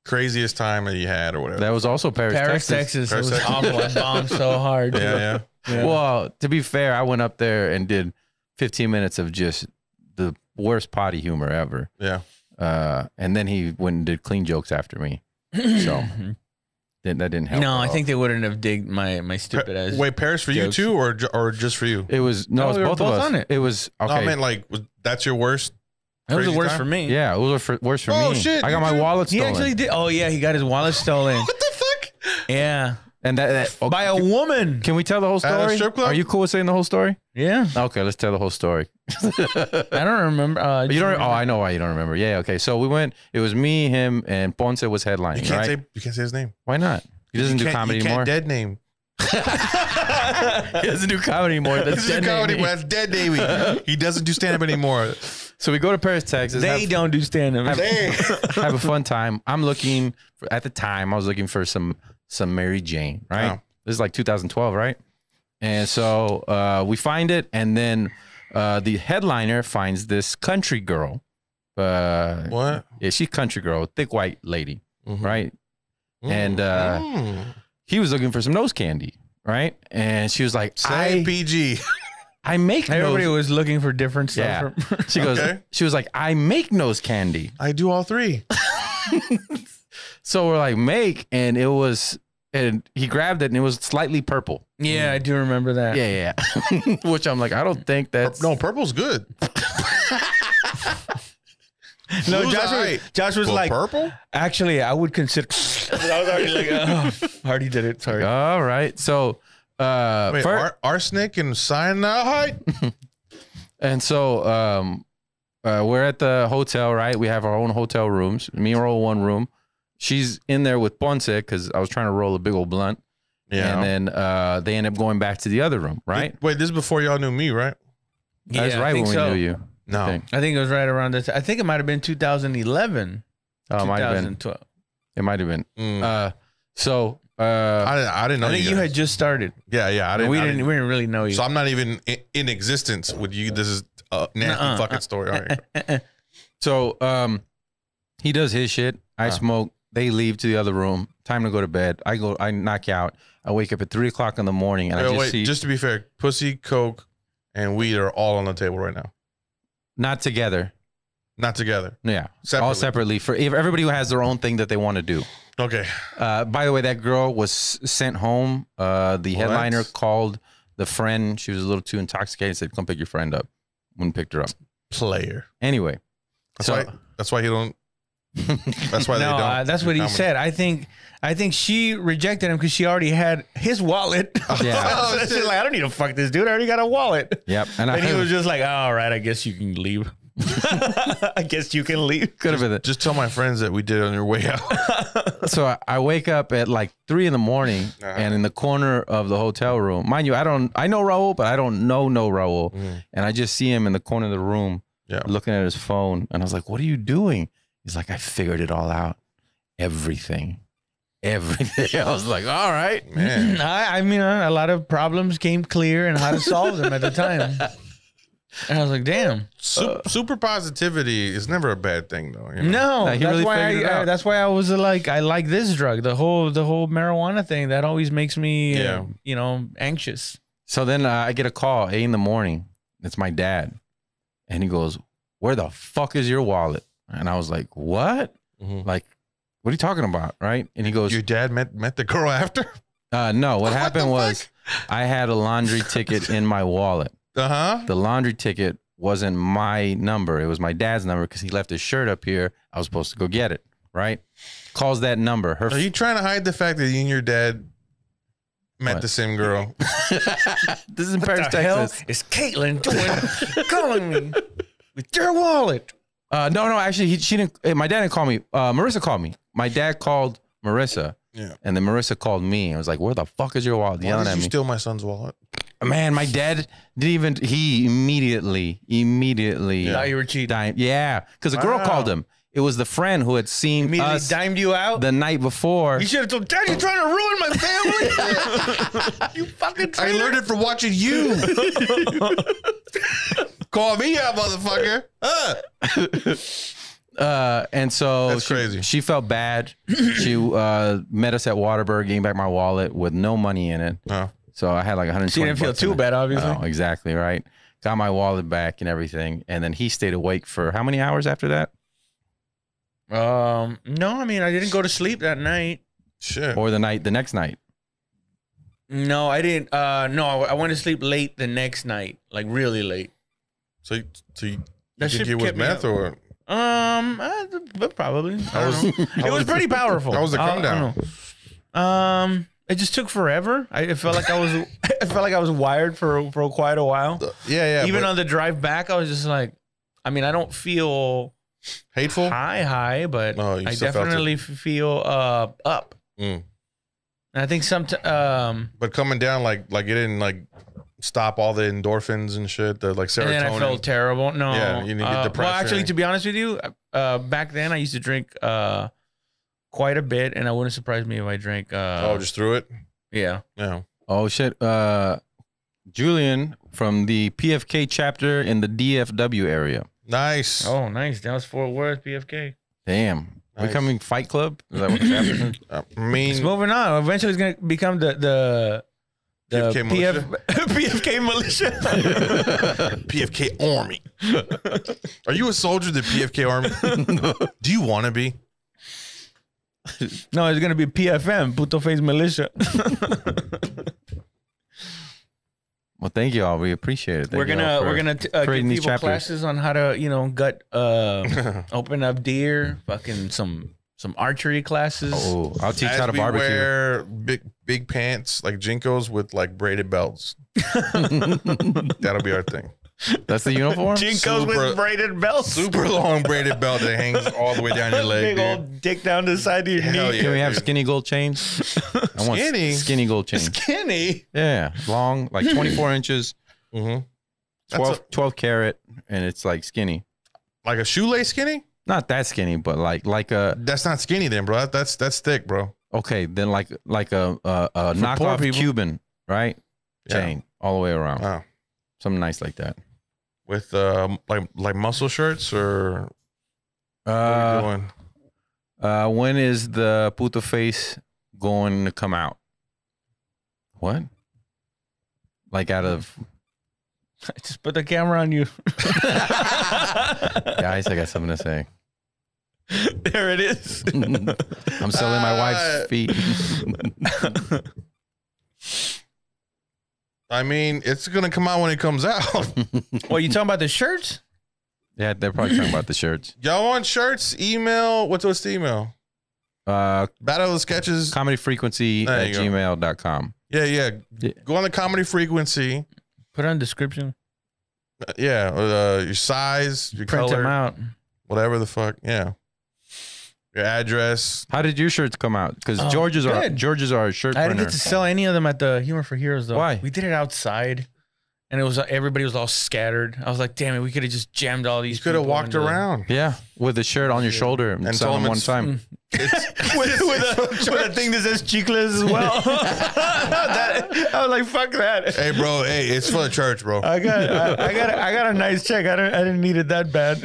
craziest time that you had or whatever?
That was also Paris,
Paris,
Texas.
Texas.
Paris,
it was
Texas.
awful. I bombed so hard.
yeah, yeah.
Yeah.
Well, to be fair, I went up there and did 15 minutes of just the worst potty humor ever.
Yeah.
Uh, and then he went and did clean jokes after me. So didn't, that didn't help.
no,
at
I
all.
think they wouldn't have digged my my stupid ass.
Wait, Paris for
jokes.
you too, or ju- or just for you?
it was no,
No,
it was
we were
both, of
both
us.
on it.
was
No,
okay.
I meant like was- that's your worst.
that was the
crazy
worst
time?
for me.
yeah, it was for, worse for
Oh,
me.
shit,
I got
did
my
you?
wallet
he
stolen.
actually did. Oh yeah, he got his wallet stolen.
What the fuck?
yeah,
and that, that okay,
by a woman.
can we tell the whole
At a
story?
strip club?
Are you cool with saying the whole story?
Yeah,
Okay, let's tell the whole story.
I don't remember. Uh,
You don't.
remember-
Oh, I know why you don't remember. Yeah. Okay. So we went. It was me, him, and Ponce was headlining.
You can't
right?
say you can't say his name.
Why not? He doesn't
You
do
can't-
comedy
you can't
anymore.
Dead name.
he doesn't do comedy anymore. That's
This is
dead
a comedy.
name.
but That's dead Davey. he doesn't do stand up anymore.
So we go to Paris, Texas.
they
have,
don't do stand up.
Dang.
have a fun time. I'm looking for, at the time. I was looking for some some Mary Jane. Right.
Oh.
This is like 2012, right? And so uh, we find it, and then uh, the headliner finds this country girl. Uh,
What?
yeah, she's country girl, thick white lady,
Mhm.
right?
Mm-hmm.
And, uh,
Mm.
He was looking for some nose candy, right? And she was like,
say
I,
PG.
I make
Everybody
nose
was looking for different
Yeah.
stuff. from-
She goes,
Okay.
she was like, I make nose candy.
I do all three.
So we're like, make. And it was, and he grabbed it and it was slightly purple.
yeah, I do remember that.
Yeah, yeah. yeah. Which I'm like, I don't think that's.
No, purple's good.
No,
Blue's
Josh was,
alright.
Josh was
But
like,
purple?
actually, I would consider. I was already like, oh, already did it. Sorry.
All right. So, uh,
Wait,
fir-
ar- arsenic and cyanide?
and so, um, uh, we're at the hotel, right? We have our own hotel rooms. Me roll one room. She's in there with Ponce because I was trying to roll a big old blunt. And then uh, they end up going back to the other room, right?
Wait, this is before y'all knew me, right?
That's right when we knew you.
No.
think.
I think it was right around this. I think it might have been 2011,
Oh, it might have been.
2012.
It might have been.
Mm.
Uh, so uh,
I, didn't- I didn't know
I think
you,
you
guys.
had just started.
Yeah, yeah. I didn't.
we
I
didn't, we didn't really know you.
So I'm not even in, in existence with you. This is a nasty
Nuh-uh.
fucking story. All right.
Uh,
so um, he does his shit. I smoke. They leave to the other room. Time to go to bed. I go. I knock out. I wake up at three o'clock in the morning, and I
Wait,
just
wait,
see
just to be fair, pussy, coke, and weed are all on the table right now.
not together.
Not together.
Yeah, all
Separately.
separately for if everybody who has their own thing that they want to do.
Okay.
Uh, by the way, that girl was sent home. Uh, the
What?
headliner called the friend. She was a little too intoxicated. Said, "Come pick your friend up." Wouldn't picked her up.
Player.
Anyway,
That's
so
why. That's why he don't That's why
no,
they don't.
uh, that's
do
what he
comedy.
said. I think I think she rejected him because she already had his wallet.
Yeah.
Oh,
So she's like, I don't need to fuck this dude. I already got a wallet.
Yep. And,
Oh, And
I
he was just like, all right, I guess you can leave. I guess you can leave.
could have been it.
Just tell my friends that we did it on your way out.
so I, I wake up at like three in the morning
Uh-huh.
and in the corner of the hotel room, mind you, I don't, I know Raul, but I don't know, no Raul.
Mm,
And I just see him in the corner of the room
Mm. Yeah.
looking at his phone. And I was like, what are you doing? He's like, I figured it all out. Everything. Everything. I was like, all right.
Man.
I, I mean, uh, a lot of problems came clear and how to solve them at the time. And I was like, damn. Uh,
Super, super positivity is never a bad thing, though. you know?
No,
Like, he
that's
really
why
figured it
I, I-
out.
that's why I was like I like this drug the whole the whole marijuana thing that always makes me uh,
Yeah.
you know anxious.
So then uh, I get a call eight in the morning. It's my dad, and he goes, "Where the fuck is your wallet?" And I was like, "What?
Mhm.
Like, what are you talking about?" Right? And he goes,
Your dad met met the girl after.
uh, "No. What,
the
happened was
fuck?
I had a laundry ticket in my wallet.
Uh huh.
The laundry ticket wasn't my number. It was my dad's number because he left his shirt up here. I was supposed to go get it. Right? Calls that number. Her
Are you trying to hide the fact that you and your dad met
What?
the same girl?
this is in Paris,
What the hell
Texas.
is Caitlin doing calling me with your wallet?
Uh, no, no, actually, he, she didn't. eh, My dad didn't call me. Uh, Marissa called me. My dad called Marissa.
Yeah.
And then Marissa called me. I was like, "Where the fuck is your wallet?"
Why
Yelling
did
at
you
me.
steal my son's wallet?
Man, my dad didn't even. He immediately, immediately,
Thought
yeah,
you were cheating.
dime, yeah, because a girl
Wow.
called him. It was the friend who had seen
Immediately
us
dimed you out.
the night before.
you should have told Dad you're trying to ruin my family. you fucking.
I learned it from watching you. Call me out, motherfucker. Uh.
Uh, and so
That's
she,
crazy.
she felt bad. she uh, met us at Waterburg, gave back my wallet with no money in it.
No.
So I had like 120.
Uh-huh. She didn't feel
bucks in
too
it.
bad, obviously.
Oh, exactly right. Got my wallet back and everything, and then he stayed awake for how many hours after that,
Um, no, I mean I didn't go to sleep that night.
Shit.
or the night, the next night.
No, I didn't. Uh, no, I, I went to sleep late the next night, like really late.
So, you- so you, you
That
think
shit
it was
kept me
meth
up.
or
Um, uh, but probably. I
How
don't
was-
know.
how
it was,
was-
pretty powerful.
how was the
I- I
come down?
don't know. Um, it just took forever. I it felt like I was, I felt like I was wired for for quite a while.
yeah, yeah,
Even
but
on the drive back, I was just like, I mean, I don't feel
hateful.
high high, but
Oh, you
I
still felt it.
definitely feel uh up.
Mm.
And I think some um.
But coming down like like it didn't like stop all the endorphins and shit. The like serotonin.
And then I felt terrible. No.
Yeah, you didn't get
Uh, Well,
depressed or
actually,
anything.
to be honest with you, uh, back then I used to drink uh, quite a bit, and I wouldn't surprise me if I drank. Uh,
oh, just through it.
yeah.
No.
Oh shit! Uh, Julian from the PFK chapter in the DFW area.
Nice.
Oh, nice. That was Fort Worth, BFK.
Damn,
Nice.
becoming Fight Club. Is that what's happening?
I Uh, mean,
It's moving on. Eventually, it's gonna become the the. the
uh,
PFK
PF PFK militia.
PFK Army. Are you a soldier of the PFK Army? Do you want to be?
no, it's gonna be PFM, Puto Face Militia.
well, thank you all. We appreciate it. Thank
we're
you all
gonna
for-
we're gonna t- uh, give
creating these
people
chapters.
classes on how to you know gut uh, open up deer, fucking some some archery classes.
Oh, I'll teach
As
how to
we
barbecue.
wear big big pants like jinkos with like braided belts. That'll be our thing.
That's the uniform.
Jinkos
Super-
with braided belts.
Super long braided belt that hangs all the way down your leg.
Big
dude.
old dick down the side of your
Hell
knee.
yeah,
Can we have
dude.
skinny gold chains? I want
Skinny?
skinny gold chains.
Skinny.
Yeah, long, like 24 inches,
Mhm. That's
12, 12 carat, and it's like skinny.
a- like a shoelace skinny?
Not that skinny, but like like a
That's not skinny then, bro. That- That's that's thick, bro.
okay, then like like a a, a
For poor
knockoff
people.
Cuban, right?
Yeah. Uh,
Chain all the way around,
Wow.
something nice like that.
With um like like muscle shirts or what are we
Uh,
doing?
uh, when is the puto face going to come out? What? Like out of
Just put the camera on you.
guys, I got something to say.
there it is.
I'm selling my wife's
Uh,
feet.
I mean, it's gonna come out when it comes out.
Well, you talking about the shirts?
Yeah, they're probably talking about the shirts.
Y'all want shirts? Email. What's what's the email?
Uh,
Battle of the Sketches.
comedyfrequency
There
at
you go.
gmail.com.
Yeah, yeah.
Yeah.
Go on the comedy frequency.
Put on description.
Uh, Yeah, uh, your size, your
Print them
color,
out.
whatever the fuck. Yeah, your address.
How did your shirts come out? Because
Oh,
George's are
good.
George's are a shirt
I
printer.
didn't get to sell any of them at the Humor for Heroes though.
Why?
We did it outside, and it was uh, everybody was all scattered. I was like, damn it, we could have just jammed all these.
You could have
people
walked
into-
around.
yeah, with a shirt on your shoulder and
tell
sell them
them
one
it's-
time.
with, with, a, with a thing that says chicles as well. That- I was like, fuck that.
Hey, bro. Hey, it's for the church, bro.
I got, I, I got, I got a nice check. I don't, I didn't need it that bad.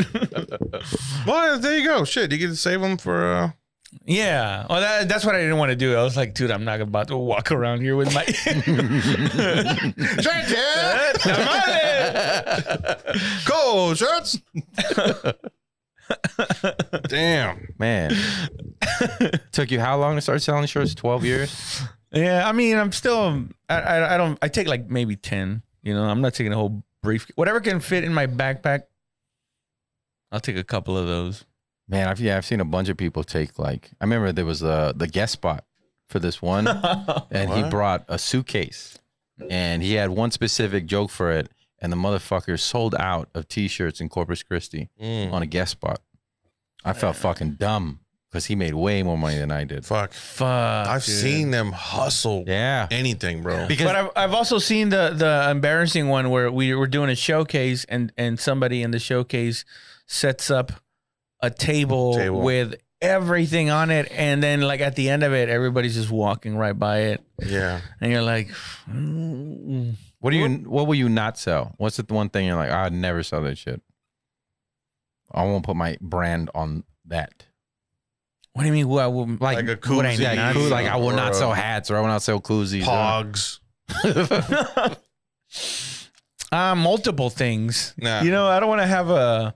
Well, there you go. Shit, you get to save them for. Uh,
yeah. Oh, that, that's what I didn't want to do. I was like, dude, I'm not about to walk around here with my
Church, yeah.
tamales.
Go shirts. Damn.
Mm.
Man, took you how long to start selling shirts? Twelve years.
Yeah, I mean, I'm still, I, I, I don't, I take like maybe ten. You know, I'm not taking a whole brief. Whatever can fit in my backpack, I'll take a couple of those.
Man, I've yeah, I've seen a bunch of people take like I remember there was the the guest spot for this one, and he
What?
brought a suitcase, and he had one specific joke for it, and the motherfucker sold out of T-shirts in Corpus Christi
Mm,
on a guest spot. I felt fucking dumb because he made way more money than I did.
fuck.
Fuck.
I've
dude.
seen them hustle
Yeah,
anything, bro.
because
But I've, I've also seen the the embarrassing one where we were doing a showcase and and somebody in the showcase sets up a table,
Table.
with everything on it, and then like at the end of it, everybody's just walking right by it,
Yeah.
and you're like, "Hmm,
what do you what will you not sell? What's the one thing you're like I'd never sell that shit? I won't put my brand on that.
"What do you mean? Well, I wouldn't like."
Like a
What I-
koozie.
yeah,
not
koo- like I will
or
not
a
sell hats or I will not sell koozies.
Pogs.
uh, multiple things.
Nah.
You know, I don't want to have a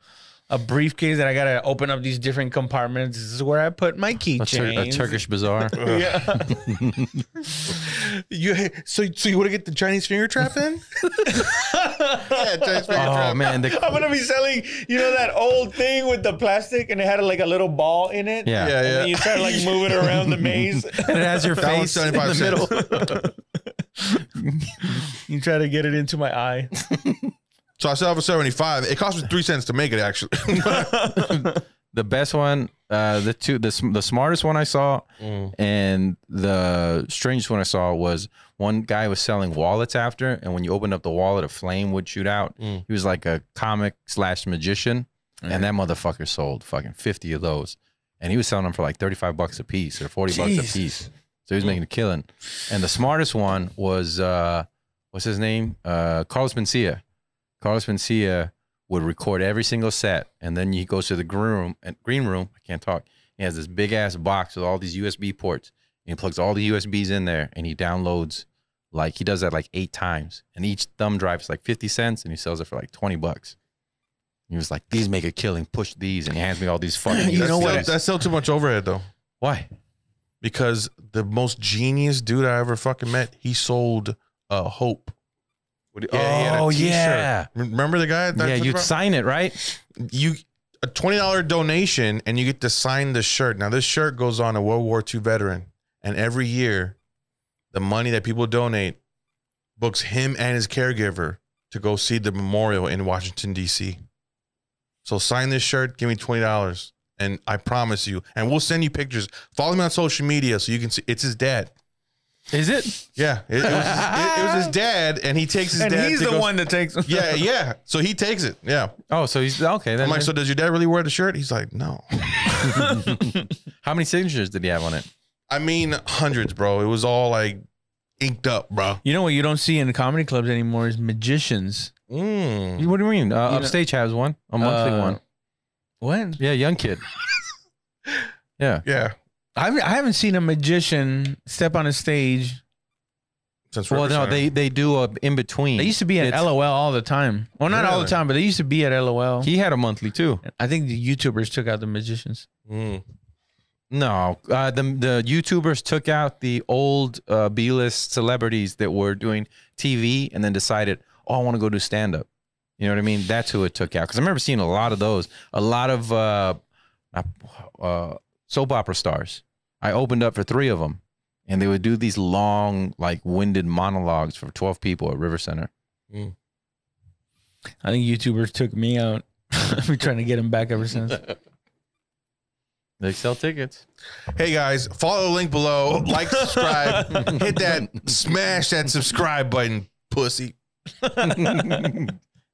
a briefcase that I gotta open up these different compartments. This is where I put my
A, tur- a
keychains.
Turkish bazaar.
Yeah.
You so so you want to get the Chinese finger trap in? yeah, Chinese finger
oh
trap.
man, the,
I'm gonna be selling, you know, that old thing with the plastic and it had like a little ball in it.
yeah.
Yeah,
yeah.
And
yeah.
then you try to like move it around the maze.
And it has your
That one's
face in
75
the middle.
cents.
you try to get it into my eye.
So I sell it for seventy five. It cost me three cents to make it actually.
The best one, uh, the two, the, sm- the smartest one I saw, and the strangest one I saw was one guy was selling wallets after, and when you opened up the wallet, a flame would shoot out.
Mm.
He was like a comic slash magician,
Alright.
and that motherfucker sold fucking fifty of those, and he was selling them for like thirty five bucks a piece or forty bucks
Jesus.
a piece. So he was making a killing. And the smartest one was uh, what's his name? Uh, Carlos Mencia. Carlos Mencia would record every single set, and then he goes to the green room. And green room, I can't talk. He has this big ass box with all these USB ports, and he plugs all the USBs in there, and he downloads. Like he does that like eight times, and each thumb drive is like fifty cents, and he sells it for like twenty bucks. And he was like, "These make a killing. Push these," and he hands me all these fucking.
That's
USBs.
still- That's still too much overhead though,
Why?
because the most genius dude I ever fucking met, he sold uh, hope. What do- he had a
Oh,
t-shirt.
yeah.
Remember the guy? that I
yeah,
told
you'd
about?
sign it, right?
you a twenty dollar donation and you get to sign the shirt. Now this shirt goes on a World War II veteran, and every year, the money that people donate books him and his caregiver to go see the memorial in Washington D.C. So sign this shirt, give me twenty dollars, and I promise you, and we'll send you pictures. Follow me on social media so you can see it's his dad.
Is it?
Yeah, it, it was, his, it, it was his dad, and he takes his
And
dad.
he's
to
the
go-
one that takes
Yeah, yeah. So he takes it. Yeah.
Oh, so he's okay. Then
I'm like, so does your dad really wear the shirt? He's like, no.
how many signatures did he have on it?
I mean, hundreds, bro. It was all like inked up, bro.
You know what you don't see in comedy clubs anymore is magicians.
Mm.
What do you mean? Uh,
know-
Upstage has one, a monthly
Uh,
one.
What?
Yeah, young kid. yeah,
Yeah.
I've, I haven't seen a magician step on a stage.
Since
well, no,
Riverside.
they they do a in between.
They used to be at
It's-
LOL all the time. Well, not all the
Really?
time, but they used to be at LOL.
He had a monthly too.
I think the YouTubers took out the magicians.
Mm.
No, uh, the the YouTubers took out the old uh, B list celebrities that were doing TV and then decided, oh, I want to go do stand up. You know what I mean? That's who it took out. Because I remember seeing a lot of those, a lot of uh, not- uh, soap opera stars. I opened up for three of them, and they would do these long, like winded monologues for twelve people at River Center.
I think YouTubers took me out. I've been trying to get him back ever since.
They sell tickets.
Hey guys, follow the link below, like, subscribe, hit that, smash that subscribe button, pussy.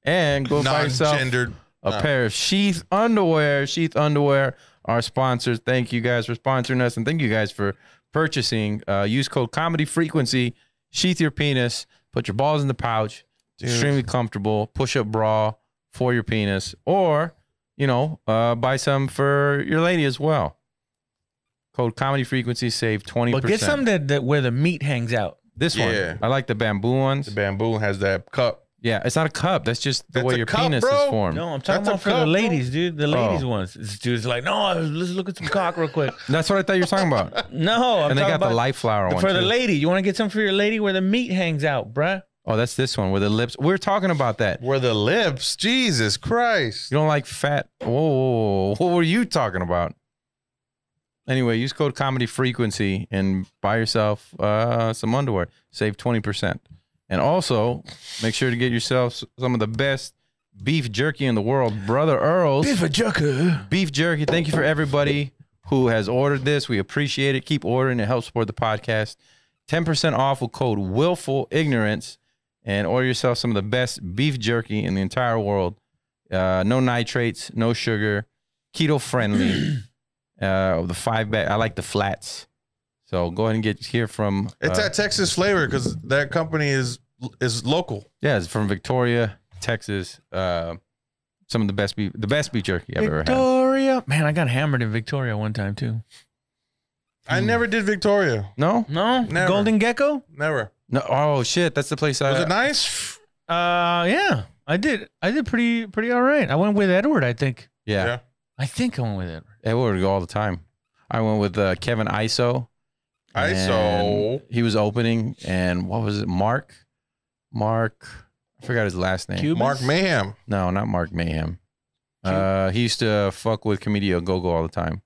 and go buy yourself
Non-gendered.
a pair of sheath underwear. Sheath underwear are sponsors. Thank you guys for sponsoring us, and thank you guys for purchasing. Uh, use code Comedy Frequency. Sheath your penis. Put your balls in the pouch. It's Extremely comfortable. Push up bra for your penis, or you know, uh, buy some for your lady as well. Code Comedy Frequency save twenty
But
percent.
get some that, that where the meat hangs out.
This
Yeah.
one, I like the bamboo ones.
The bamboo has that cup.
yeah, it's not a cup. That's just the
That's
way
a
your
cup,
penis
bro.
is formed.
No, I'm talking
That's a
about for
cup,
the
bro.
ladies, dude. The ladies ones. This dude's like, no, let's look at some cock real quick.
That's what I thought you were talking about.
No, I'm
and they
talking
got the
about
light flower one
for the
too.
lady. You want to get some for your lady where the meat hangs out, bruh?
Oh, that's this one where the lips. We're talking about that.
Where the lips, Jesus Christ.
You don't like fat. Whoa, whoa, whoa. what were you talking about? Anyway, use code comedy frequency and buy yourself uh, some underwear. Save twenty percent, and also make sure to get yourself s- some of the best beef jerky in the world, brother Earls.
a joker.
beef jerky. Thank you for everybody who has ordered this. We appreciate it. Keep ordering. It helps support the podcast. 10% off with code willful ignorance and order yourself some of the best beef jerky in the entire world. Uh, no nitrates, no sugar, keto friendly. uh, the five bag. I like the flats. So go ahead and get here from.
It's
uh,
that Texas flavor because that company is is local.
yeah, it's from Victoria, Texas. Uh, some of the best beef, the best beef jerky I've ever had.
Victoria. Man, I got hammered in Victoria one time too.
I
Mm.
never did Victoria.
No,
No?
Never.
Golden Gecko?
Never.
no. Oh shit, that's the place I.
Was it nice?
Uh yeah. I did I did pretty pretty all right. I went with Edward, I think.
yeah.
I think I went with Edward.
It would go all the time. I went with uh, Kevin ISO.
I
and
saw.
he was opening, and what was it? Mark, Mark, I forgot his last name.
Cubans?
Mark Mayhem.
No, not Mark Mayhem. Uh, he used to fuck with Comedia Gogo all the time.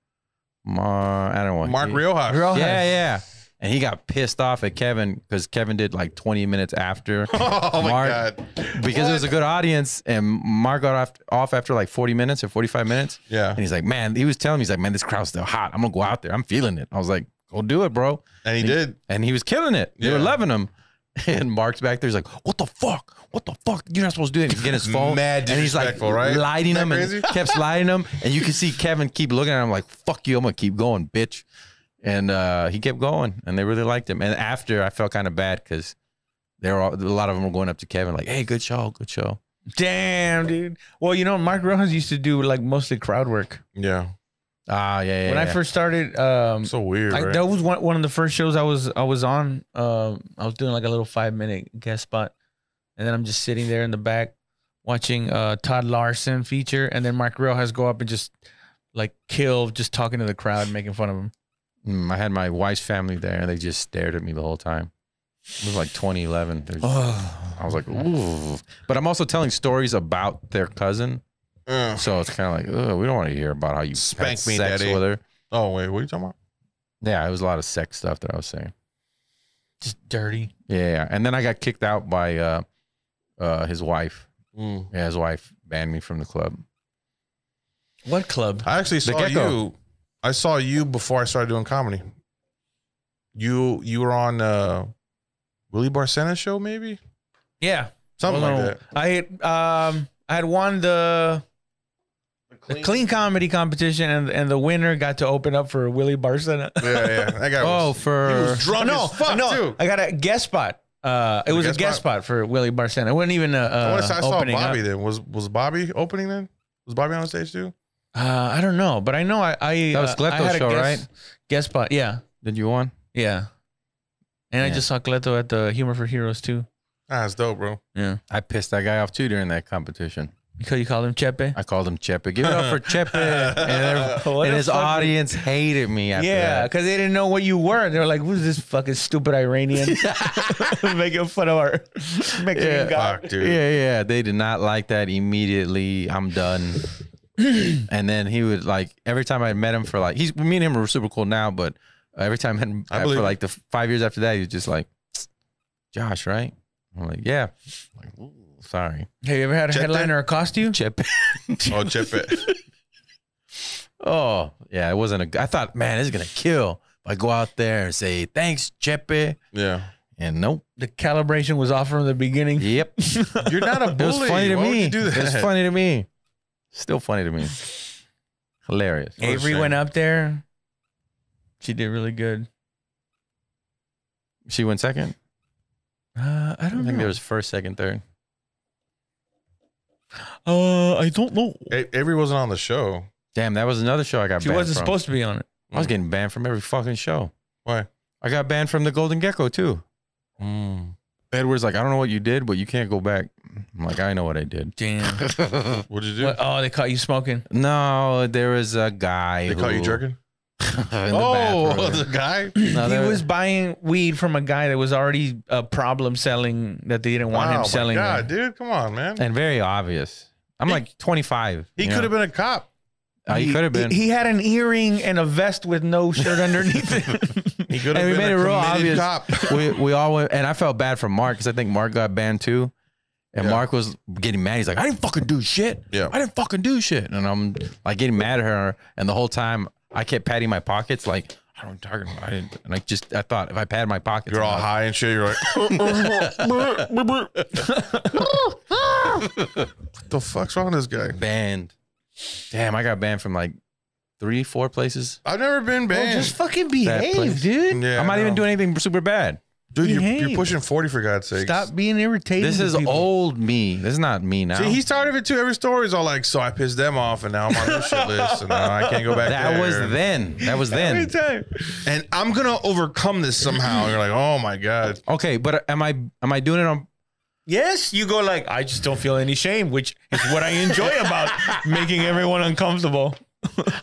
Mar, I don't know.
Mark
he,
Riojas.
Real-
Yeah, yeah. And he got pissed off at Kevin because Kevin did like 20 minutes after
Oh my
Mark-
god.
because it was a good audience, and Mark got off, off after like 40 minutes or 45 minutes.
Yeah.
And he's like, man, he was telling me, he's like, man, this crowd's still hot. I'm gonna go out there. I'm feeling it. I was like, go do it, bro.
And he did.
And he was killing it. They were
Yeah.
loving him. And Mark's back there. He's like, what the fuck? What the fuck? You're not supposed to do that. He's getting his phone.
Mad
and he's like
disrespectful, right?
lighting
Isn't
him
that
and
crazy?
kept sliding him. And you can see Kevin keep looking at him like, fuck you. I'm gonna keep going, bitch. And uh, he kept going, and they really liked him. And after, I felt kind of bad because there were all, a lot of them were going up to Kevin like, "Hey, good show, good show."
Damn, dude. Well, you know, Mark Rojas used to do like mostly crowd work.
Yeah.
Ah, yeah, yeah.
when I
yeah.
first started, um
So weird.
I,
right?
that was one, one of the first shows I was I was on. Um, I was doing like a little five minute guest spot, and then I'm just sitting there in the back watching uh, Todd Larson feature, and then Mark Real has go up and just like kill, just talking to the crowd, making fun of him.
Mm, I had my wife's family there, and they just stared at me the whole time. It was like 2011. They're
Oh.
just- I was like, ooh. But I'm also telling stories about their cousin,
Uh,
so it's kind of like, oh, we don't want to hear about how you
Spank
had
me,
sex
daddy.
with her.
oh wait, what are you talking about?
Yeah, it was a lot of sex stuff that I was saying.
Just dirty.
Yeah, and then I got kicked out by uh, uh, his wife.
Mm.
Yeah, his wife banned me from the club.
What club?
I actually saw
Gecko.
you. I saw you before I started doing comedy. You you were on uh Willie Barcena's show, maybe
Yeah,
something
Hold
like
on.
that.
I had um I had won the. the Clean. comedy competition, and, and the winner got to open up for Willie Barcena.
Yeah, yeah. That guy
Oh,
was,
for
he was drunk
no,
as fuck
no,
too.
I got a guest spot. Uh, it was
guest
a guest spot, for Willie Barcena. It wasn't even a. Uh,
I want to say I saw
opening
Bobby
Up.
then. Was was Bobby opening then? Was Bobby on stage too?
Uh, I don't know, but I know I. I
That was
uh,
Gleto's
I had a
show, right?
guest, Guest spot, yeah,
Did you want?
yeah. And I
Yeah.
just saw Gleto at the Humor for Heroes too.
Ah, it's dope, bro.
I pissed that guy off too during that competition.
Because you call him Chepe.
I called him Chepe. Give it up for Chepe. And, every-
What
and
a
his
fucking-
audience hated me after
Yeah,
that.
because they didn't know what you were. They were like, "Who's this fucking stupid Iranian making fun of our Mexican
Yeah.
guy?"
Fuck, dude.
Yeah, yeah. They did not like that immediately. I'm done. and then he would like every time I met him for like he's me and him were super cool now, but every time and
I believe
for
it.
like the f- five years after that, he was just like, Josh, right? I'm like, yeah. I'm like, "Ooh, sorry,
Have you ever had a
Check that.
headliner accost you?
Chip.
Oh, Chepe.
oh, yeah. It wasn't a. g- I thought, man, this is gonna kill. If I go out there and say thanks, Chepe,
Yeah.
and nope.
The calibration was off from the beginning.
Yep.
You're not a
It was
bully.
funny to
Why would
me.
you do
It was
that?
funny to me. Still funny to me. Hilarious.
What a
Avery
shame.
went up there. She did really good.
She went second.
Uh, I
I
don't
think
know.
there was first, second, third.
uh, I don't know.
A- Avery wasn't on the show.
Damn, that was another show I got
She
banned
wasn't
from.
supposed to be on it.
I was getting banned from every fucking show.
Why?
I got banned from the Golden Gecko too. Mm. Edward's like, I don't know what you did, but you can't go back. I'm like, I know what I did.
Damn.
What'd you do?
What- oh, they caught you smoking.
No, there was a guy.
They
who,
caught you jerking?
in the
Oh,
bathroom.
the guy?
No,
he
there-
was buying weed from a guy that was already a problem selling that they didn't want
Wow,
him selling.
My God,
it.
dude, come on, man.
and very obvious. I'm like 25.
he could have been a cop.
been. Uh, he could have been.
Uh, He, he had an earring and a vest with no shirt underneath it.
He could have
And we
been
made
a
it real
committed
obvious.
cop.
we we all went, and I felt bad for Mark because I think Mark got banned too. And
Yeah.
Mark was getting mad. He's like, I didn't fucking do shit.
Yeah.
I didn't fucking do shit. And I'm like getting mad at her. And the whole time I kept patting my pockets, like, I don't talking about. I didn't. And I just, I thought if I pat my pockets,
You're all
I'm
high and shit. You're like, the fuck's wrong with this guy?
banned. Damn, I got banned from like three, four places.
I've never been
Bro,
banned.
just fucking
place.
behave, dude.
yeah,
I'm not even
no.
doing anything super bad.
Dude, you're,
behave.
you're pushing 40 for God's sake.
Stop being irritating.
This
to
is
people.
old me. This is not me now.
See, he started it too. Every story is all like, so I pissed them off, and now I'm on this shit list, and now I can't go back
that
there.
was then. That was
Every
then.
time.
And I'm gonna overcome this somehow. And you're like, oh my god,
Okay, but am I am I doing it on
Yes, you go like I just don't feel any shame, which is what I enjoy about making everyone uncomfortable.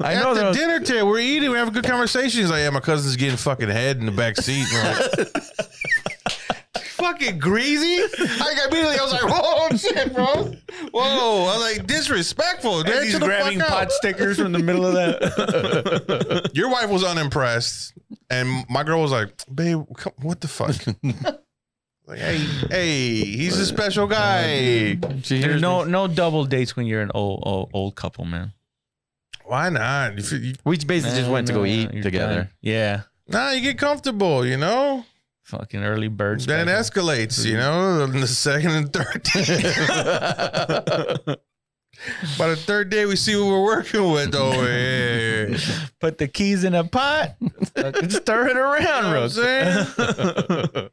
I
at
know
the
there was-
dinner table we're eating, we have a good conversation. He's like, yeah, my cousin's getting fucking head in the back seat. And I'm like, fucking greasy. I immediately I was like, whoa, shit, bro. Whoa, I was like disrespectful. dude.
He's
Chill the fuck
grabbing
out.
pot stickers from the middle of that.
Your wife was unimpressed, and my girl was like, "Babe, come, what the fuck?" like, hey, hey, he's a special guy.
She
There's
hears
no
me.
no double dates when you're an old old, old couple, man.
Why not? If you, you-
We basically just
No,
went to go
no,
eat
you're
together.
done. Yeah,
nah, you get comfortable, you know.
fucking early birds.
Then it
back
escalates, you know. On the second and third day. By the third day, we see what we're working with. Oh, yeah. You
then. Put the keys in a pot. fucking stir it
know
around,
what
real
I'm saying?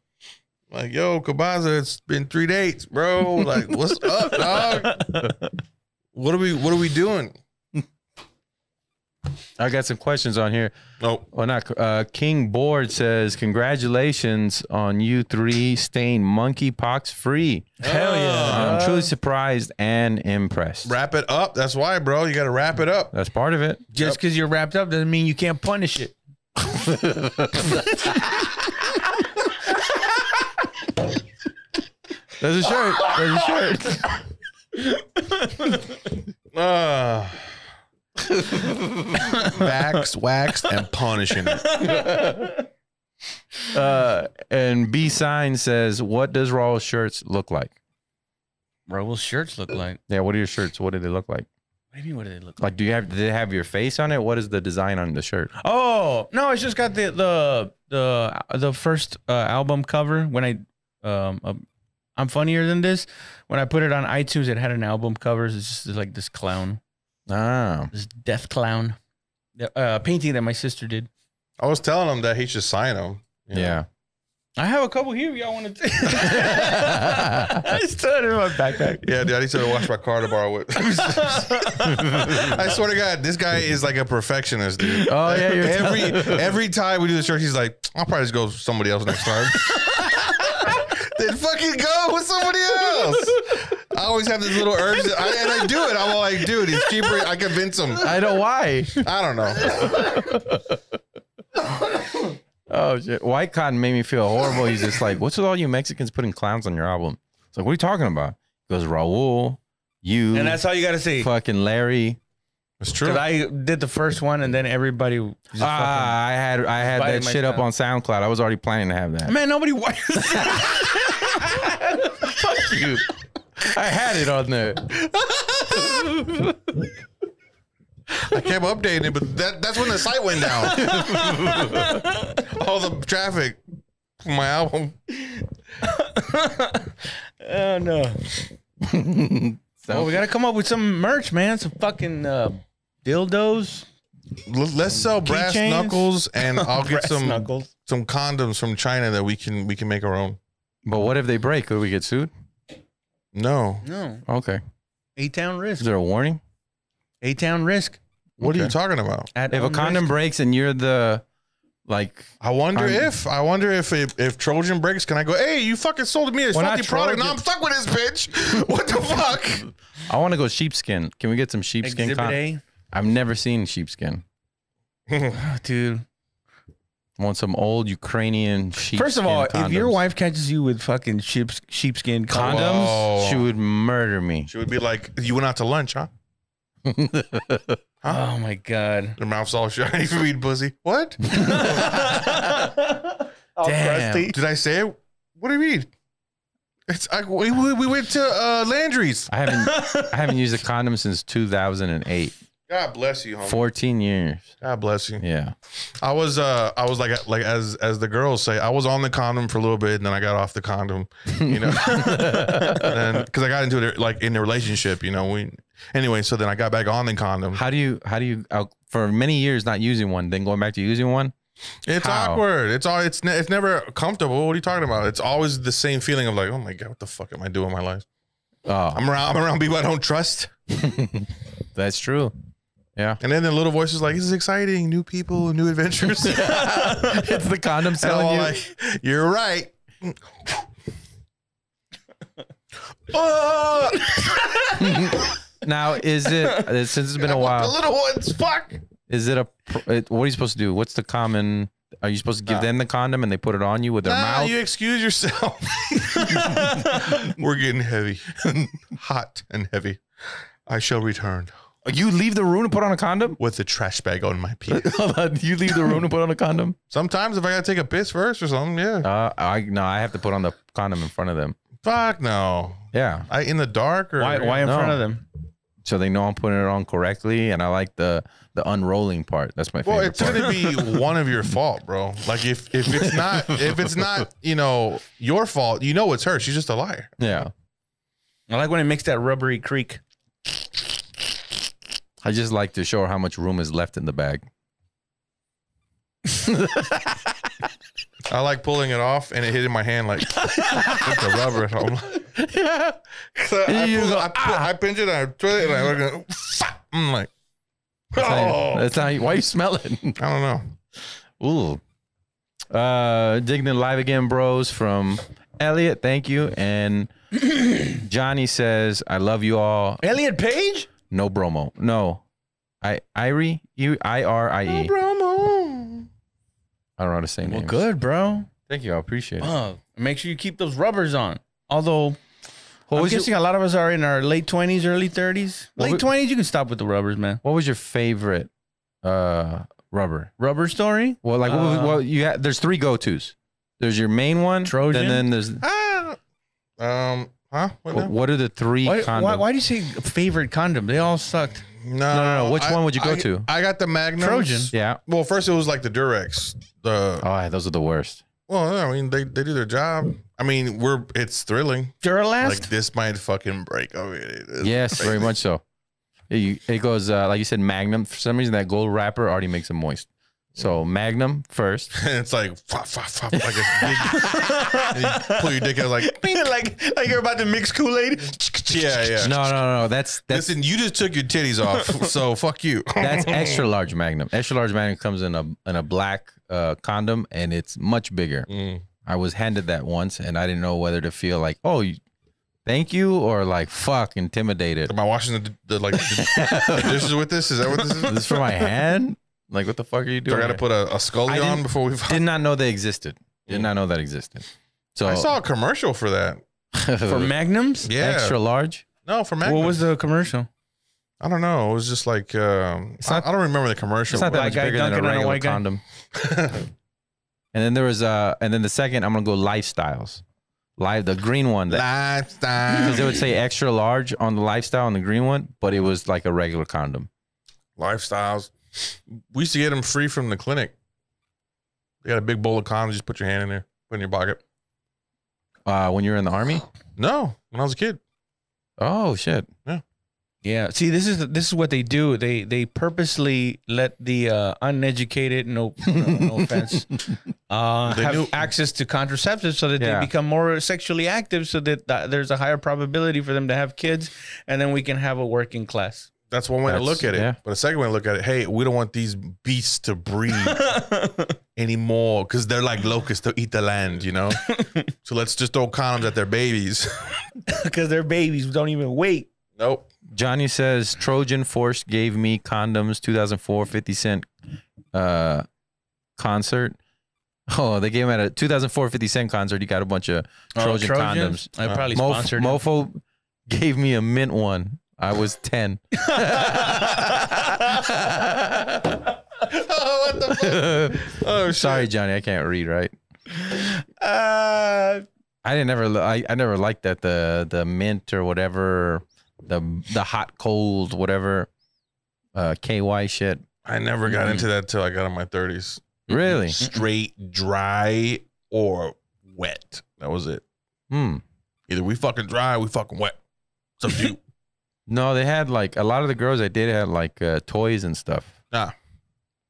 Like, yo, Kabaza, it's been three dates, bro. Like, what's up, dog? What are we What are we doing?
I got some questions on here.
Nope.
Well, not uh, King Board says congratulations on you three staying monkeypox free.
Uh-huh.
Hell yeah.
I'm truly surprised and impressed.
Wrap it up. That's why, bro. You got to wrap it up.
That's part of it.
Just because you're wrapped up doesn't mean you can't punish it.
There's a shirt. There's a shirt.
Uh, waxed, waxed, and punishing it.
Uh, and B sign says, "What does Raw shirts look like?
Bro, what's shirts look like?
Yeah, what are your shirts? What do they look like?
What do you mean? What do they look
Like, do you have? Do they have your face on it? What is the design on the shirt?
Oh no, it's just got the the the the first uh, album cover when I um uh, I'm funnier than this. When I put it on iTunes, it had an album cover. It's just like this clown,
Ah,
this death clown, The, uh, painting that my sister did.
I was telling him that he should sign him. you know?
yeah.
I have a couple here. Y'all want to? I still in my backpack.
Yeah, dude, I need to wash my car to borrow it. I swear to God, this guy is like a perfectionist, dude.
Oh yeah, you're
every every time we do the church, he's like, I'll probably just go with somebody else next time. then fucking go with somebody else. I always have this little urge, that- I, and I do it. I'm like, dude, he's cheaper. I convince him.
I know why.
I don't know.
Oh shit. White Cotton made me feel horrible. He's just like, What's with all you Mexicans putting clowns on your album? It's like, what are you talking about? He goes, Raul, you
And that's all you gotta see.
fucking Larry.
It's
Cause
true.
I did the first one, and then everybody. Just fucking-
Ah, I had I had
biting
that
my
shit up on SoundCloud. I was already planning to have that.
man, nobody watches.
Fuck you. I had it on there.
I kept updating it, but that, that's when the site went down. All the traffic from my album.
oh no! Well, we gotta come up with some merch, man. Some fucking uh, dildos,
L- Let's sell brass
Keychains?
knuckles, and I'll get
brass
some
knuckles.
some condoms from China that we can we can make our own.
but what if they break? Could we get sued?
No,
No,
Okay.
eight town
Is
risk.
there a warning?
Eight town risk.
what are you
Okay.
talking about?
At
If a
own
condom
risk.
breaks and you're the like
I wonder
I'm-
if I wonder if, if if Trojan breaks, can I go? Hey, you fucking sold me a
We're not
faulty product. Now I'm
Trojan.
stuck with this bitch. What the fuck?
I want to go sheepskin. Can we get some sheepskin?
exhibit
con-
A,
I've never seen sheepskin.
Oh, dude.
I want some old Ukrainian sheepskin.
First of all, if your
condoms.
wife catches you with fucking sheep sheepskin
condoms,
condom,
Whoa.
she would murder me.
She would be like, "You went out to lunch, huh?
oh my god.
Your mouth's all shiny from eating pussy. What?
Damn.
Did I say it? What do you mean? It's I, we, we we went to uh, Landry's.
I haven't I haven't used a condom since 2008.
God bless
Oh.
you, homie.
14 years.
God bless you.
Yeah.
I was uh I was like like as as the girls say, I was on the condom for a little bit and then I got off the condom, you know. and cuz I got into it like in the relationship, you know. We anyway, so then I got back on the condom.
How do you how do you out for many years not using one, then going back to using one?
It's
How?
awkward. It's all it's ne- it's never comfortable. What are you talking about? It's always the same feeling of like, "Oh my god, what the fuck am I doing with my life?"
Oh,
I'm around I'm around people I don't trust.
that's true.
And then the little voice is like, "This is exciting. New people, new adventures." and
it's the condom
I'm
selling
all
you.
like, "You're right." oh,
now is it since it's been a
the
while?
little ones, fuck.
Is it a pr- it, what are you supposed to do? What's the common? Are you supposed to give them the condom and they put it on you with their
Nah,
mouth?
Ah, you excuse yourself. We're getting heavy, hot and heavy. I shall return
You leave the room and put on a condom.
with the trash bag on my penis.
Hold on, you leave the room and put on a condom.
Sometimes if I gotta take a piss first or something, yeah.
Uh, I no, I have to put on the condom in front of them.
Fuck no.
Yeah,
I in the dark or
Why, why in
No.
front of them?
so they know I'm putting it on correctly, and I like the the unrolling part. That's my
Well,
favorite.
it's gonna be one of your fault, bro. Like if if it's not if it's not you know your fault, you know it's her. She's just a liar.
yeah,
I like when it makes that rubbery creak.
I just like to show her how much room is left in the bag.
I like pulling it off and it hit in my hand like with the rubber. So I'm like, So I,
You
pull-
go, Ah.
I, pull- I pinch it, I twist it, and I look at it. I'm like,
That's how
oh,
you- that's how you- why you smelling.
I don't know.
Ooh. Uh digging in live again, bros, from Elliot, thank you. And Johnny says, I love you all.
Elliot Page?
No bromo. No. I Irie. You I R I E. I don't know how to say
Well,
names.
good, bro.
Thank you. I appreciate it.
Oh, make sure you keep those rubbers on. Although,
What
I'm
was, your,
guessing a lot of us are in our late 20s, early 30s.
What
Late
was-
20s, you can stop with the rubbers, man.
what was your favorite uh rubber?
Rubber story?
Well, like what was,
Uh,
well, you had, there's three go tos. There's your main one,
Trojan?
and then there's
Ah, um, huh? What now?
what are the three
Why,
condoms?
why, why do you say favorite condom? They all sucked.
No,
Uh,
no, no. Which
I-
one would you go
I-
to?
I got the Magnum
Trojan.
yeah.
Well, first it was like the Durex. The
Oh, those are the worst.
well, I mean, they, they do their job. I mean, we're it's thrilling.
Duralast?
Like this might fucking break. I mean, it- it's
Yes, very
crazy.
much so. It, it goes uh, like you said, Magnum. For some reason, that gold wrapper already makes it moist. So Magnum first.
And it's like fop, fop, fop, like a big, and you pull your dick out like
like, like you're about to mix Kool Aid?
yeah, yeah.
No, no, no. That's that's
Listen, you just took your titties off, so fuck you.
that's extra large Magnum. Extra large Magnum comes in a in a black uh, condom, and it's much bigger.
Mm.
I was handed that once, and I didn't know whether to feel like, oh, you, thank you or like fuck intimidated.
Am I washing the, the like the dishes with this? Is that what this is?
Is this for my hand? Like what the fuck are you
Do
doing?
I got to put a, a
I
Scully
didn't-
on before we? Find?
Did not know they existed. Did not know that existed. So
I saw a commercial for that.
for magnums.
Yeah,
extra large.
no, for Magnum.
What was the commercial?
I don't know. It was just like um,
It's
I-
not-
I, don't remember the commercial.
It's not that
White
much
guy
bigger than a
dunking on a
regular
white guy.
condom. And then there was uh, and then the second I'm gonna go lifestyles, live the green one that because it
lifestyle,
would say extra large on the lifestyle on the green one, but it was like a regular condom.
lifestyles. We used to get them free from the clinic. They got a big bowl of condoms. Just put your hand in there, put it in your pocket.
Uh, when you're in the army.
No, when I was a kid,
Oh shit!
Yeah. See, this is this is what they do. They they purposely let the uh, uneducated, no, no, no offense, uh,
They
have
knew-
access to contraceptives so that
Yeah.
they become more sexually active, so that th- there's a higher probability for them to have kids, and then we can have a working class.
that's one way to
That's-
look at it.
yeah.
But a second way to look at it, hey, we don't want these beasts to breed anymore because they're like locusts to eat the land, you know. so let's just throw condoms at their babies.
Because their babies don't even wait.
nope.
Johnny says Trojan Force gave me condoms 2004 50 cent uh, concert. Oh, they gave him at a 2004 50 cent concert. He got a bunch of Trojan, condoms.
I
Uh,
probably
Mof-
sponsored. it.
Mofo gave me a mint one. I was 10.
Oh, what the fuck? Oh, shit.
Sorry, Johnny, I can't read right.
Uh,
I didn't ever. li- I, I never liked that the the mint or whatever the the hot cold whatever uh KY shit.
I never
Mm.
got into that till I got in my thirties.
Mm-hmm.
Really?
Straight dry or wet. That was it.
Hmm.
Either we fucking dry, or we fucking wet. So you.
No, they had like a lot of the girls I did had like uh, toys and stuff.
Ah.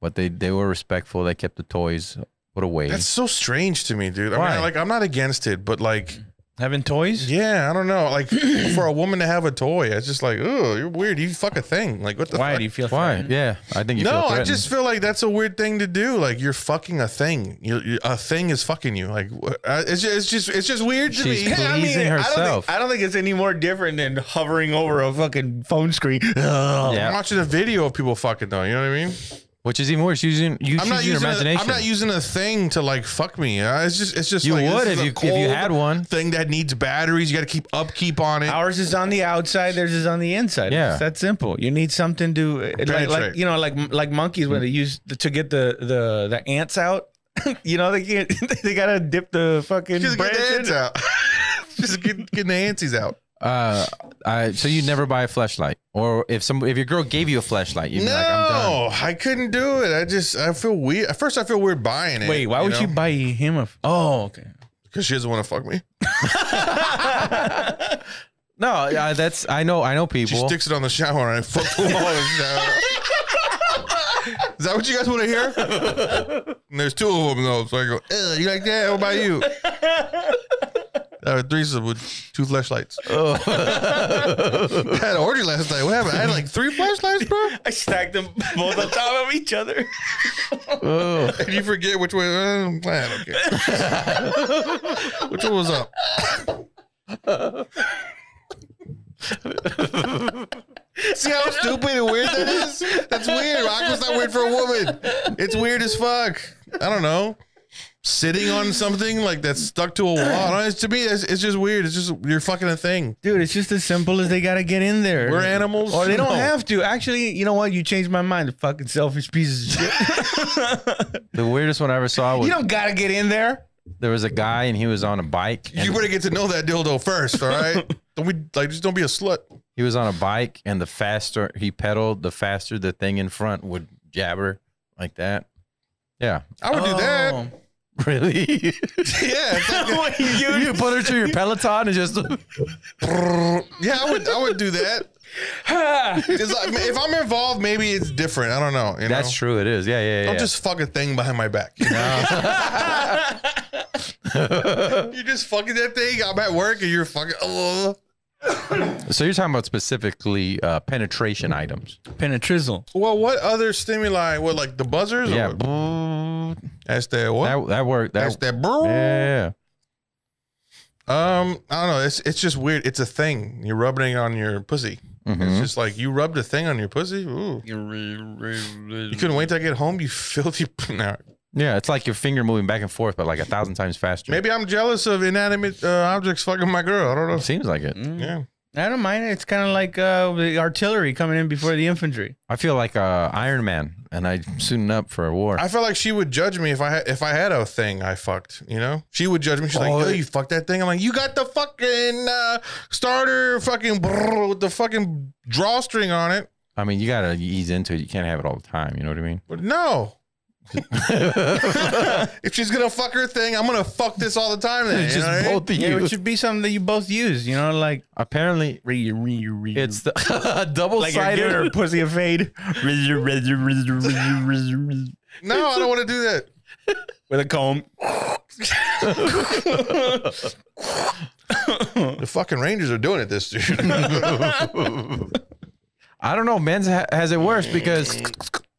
But they they were respectful. They kept the toys put away.
That's so strange to me, dude. I
Why?
mean, like I'm not against it, but like,
having toys.
yeah, I don't know. Like for a woman to have a toy, it's just like, oh, you're weird. You fuck a thing. Like what the
Why
fuck?
do you feel?
Why?
threatened?
Yeah, I think you.
no,
feel
I
threatened.
just feel like that's a weird thing to do. Like you're fucking a thing. You, you a thing is fucking you. Like wh- I- it's just, it's just it's just weird to
She's
me.
pleasing
I mean,
herself.
I don't think it's any more different than hovering over a fucking phone screen.
I'm
yeah,
watching a video of people fucking though. You know what I mean?
which is even worse. Using you
I'm
using
not
your
using.
imagination.
A, I'm not using a thing to like fuck me. Uh, It's just. It's just.
you
like, this
would
is
if
a
you if you
cold
had one.
thing that needs batteries. You got to keep upkeep on it.
Ours is on the outside. Theirs is on the inside.
Yeah.
it's that simple. You need something to it- like, like
Penetrate.
you know like like monkeys when they use to get the the the ants out. you know they can't, they gotta dip the fucking
Just get
branch
the
in.
hands out. just get, get the antsies out.
Uh, I so you never buy a flashlight, or if some if your girl gave you a flashlight, you'd be
no,
like, I'm done.
I couldn't do it. I just. I feel weird. At first, I feel weird buying it.
Wait, why would you buy him a? F- oh, okay.
Because she doesn't want to fuck me.
No, uh, that's I know I know
She
people.
sticks it on the shower and I fuck the wall in the shower. Is that what you guys want to hear? And there's two of them though, so I go, Ugh, you like that? What about you? Uh, threesome with two flashlights. I had an orgy last night. What happened? I had like three flashlights, bro.
I stacked them both on top of each other.
Oh.
And you forget which way. uh, I don't care. which one was up? See how stupid and weird that is? That's weird. Aqua's not weird for a woman. It's weird as fuck. I don't know. Sitting on something like that's stuck to a wall. I don't know, it's, to me, it's, it's just weird. It's just you're fucking a thing.
Dude, it's just as simple as they gotta get in there.
We're animals.
Or Oh, they don't
No.
have to. Actually, you know what? You changed my mind. The fucking selfish pieces of shit.
The weirdest one I ever saw was
you don't gotta get in there.
there was a guy and he was on a bike. and
You better get to know that dildo first, all right? don't be like just don't be a slut.
he was on a bike, and the faster he pedaled, the faster the thing in front would jabber like that. Yeah,
I would do
Oh.
that.
really.
Yeah. it's like-
What you do?
you put her through your Peloton and just
Yeah, I would. I would do that. It's like, if I'm involved, maybe it's different. I don't know. You
that's
know?
true. It is. Yeah, yeah, yeah.
Don't just fuck a thing behind my back. You, know? You just fucking that thing. I'm at work and you're fucking. uh. Ugh.
so you're talking about specifically uh, penetration items.
Penetrizzle.
Well, what other stimuli? What like the buzzers?
Yeah,
Or what? That's that what?
that that worked. That,
that's that. Bro.
yeah, yeah, yeah.
Um, I don't know. It's it's just weird. It's a thing. You're rubbing it on your pussy.
Mm-hmm.
It's just like you rubbed a thing on your pussy. Ooh. You
You
couldn't wait till I get home, you filthy. Nah.
Yeah, it's like your finger moving back and forth, but like a thousand times faster.
Maybe I'm jealous of inanimate uh, objects fucking my girl. I don't know.
it seems like it.
Yeah.
Mm. I don't mind. it. It's kind of like uh, the artillery coming in before the infantry.
I feel like uh, Iron Man, and I'm suiting up for a war.
I feel like she would judge me if I had if I had a thing I fucked. You know, she would judge me. She's
Oh,
like, "Yo,
it-
you fucked that thing." I'm like, "You got the fucking uh, starter, fucking brrr, with the fucking drawstring on it."
I mean, you gotta ease into it. You can't have it all the time. You know what I mean?
But no, if she's gonna fuck her thing, I'm gonna fuck this all the time. Then,
It's
you know what I
just
mean?
both of
Yeah,
you.
it should be something that you both use. You know, like
Apparently, it's the double sided.
pussy a fade
With
No, I don't want to do that.
a comb.
The fucking Rangers are doing it this year.
I don't know. Men's ha- has it worse because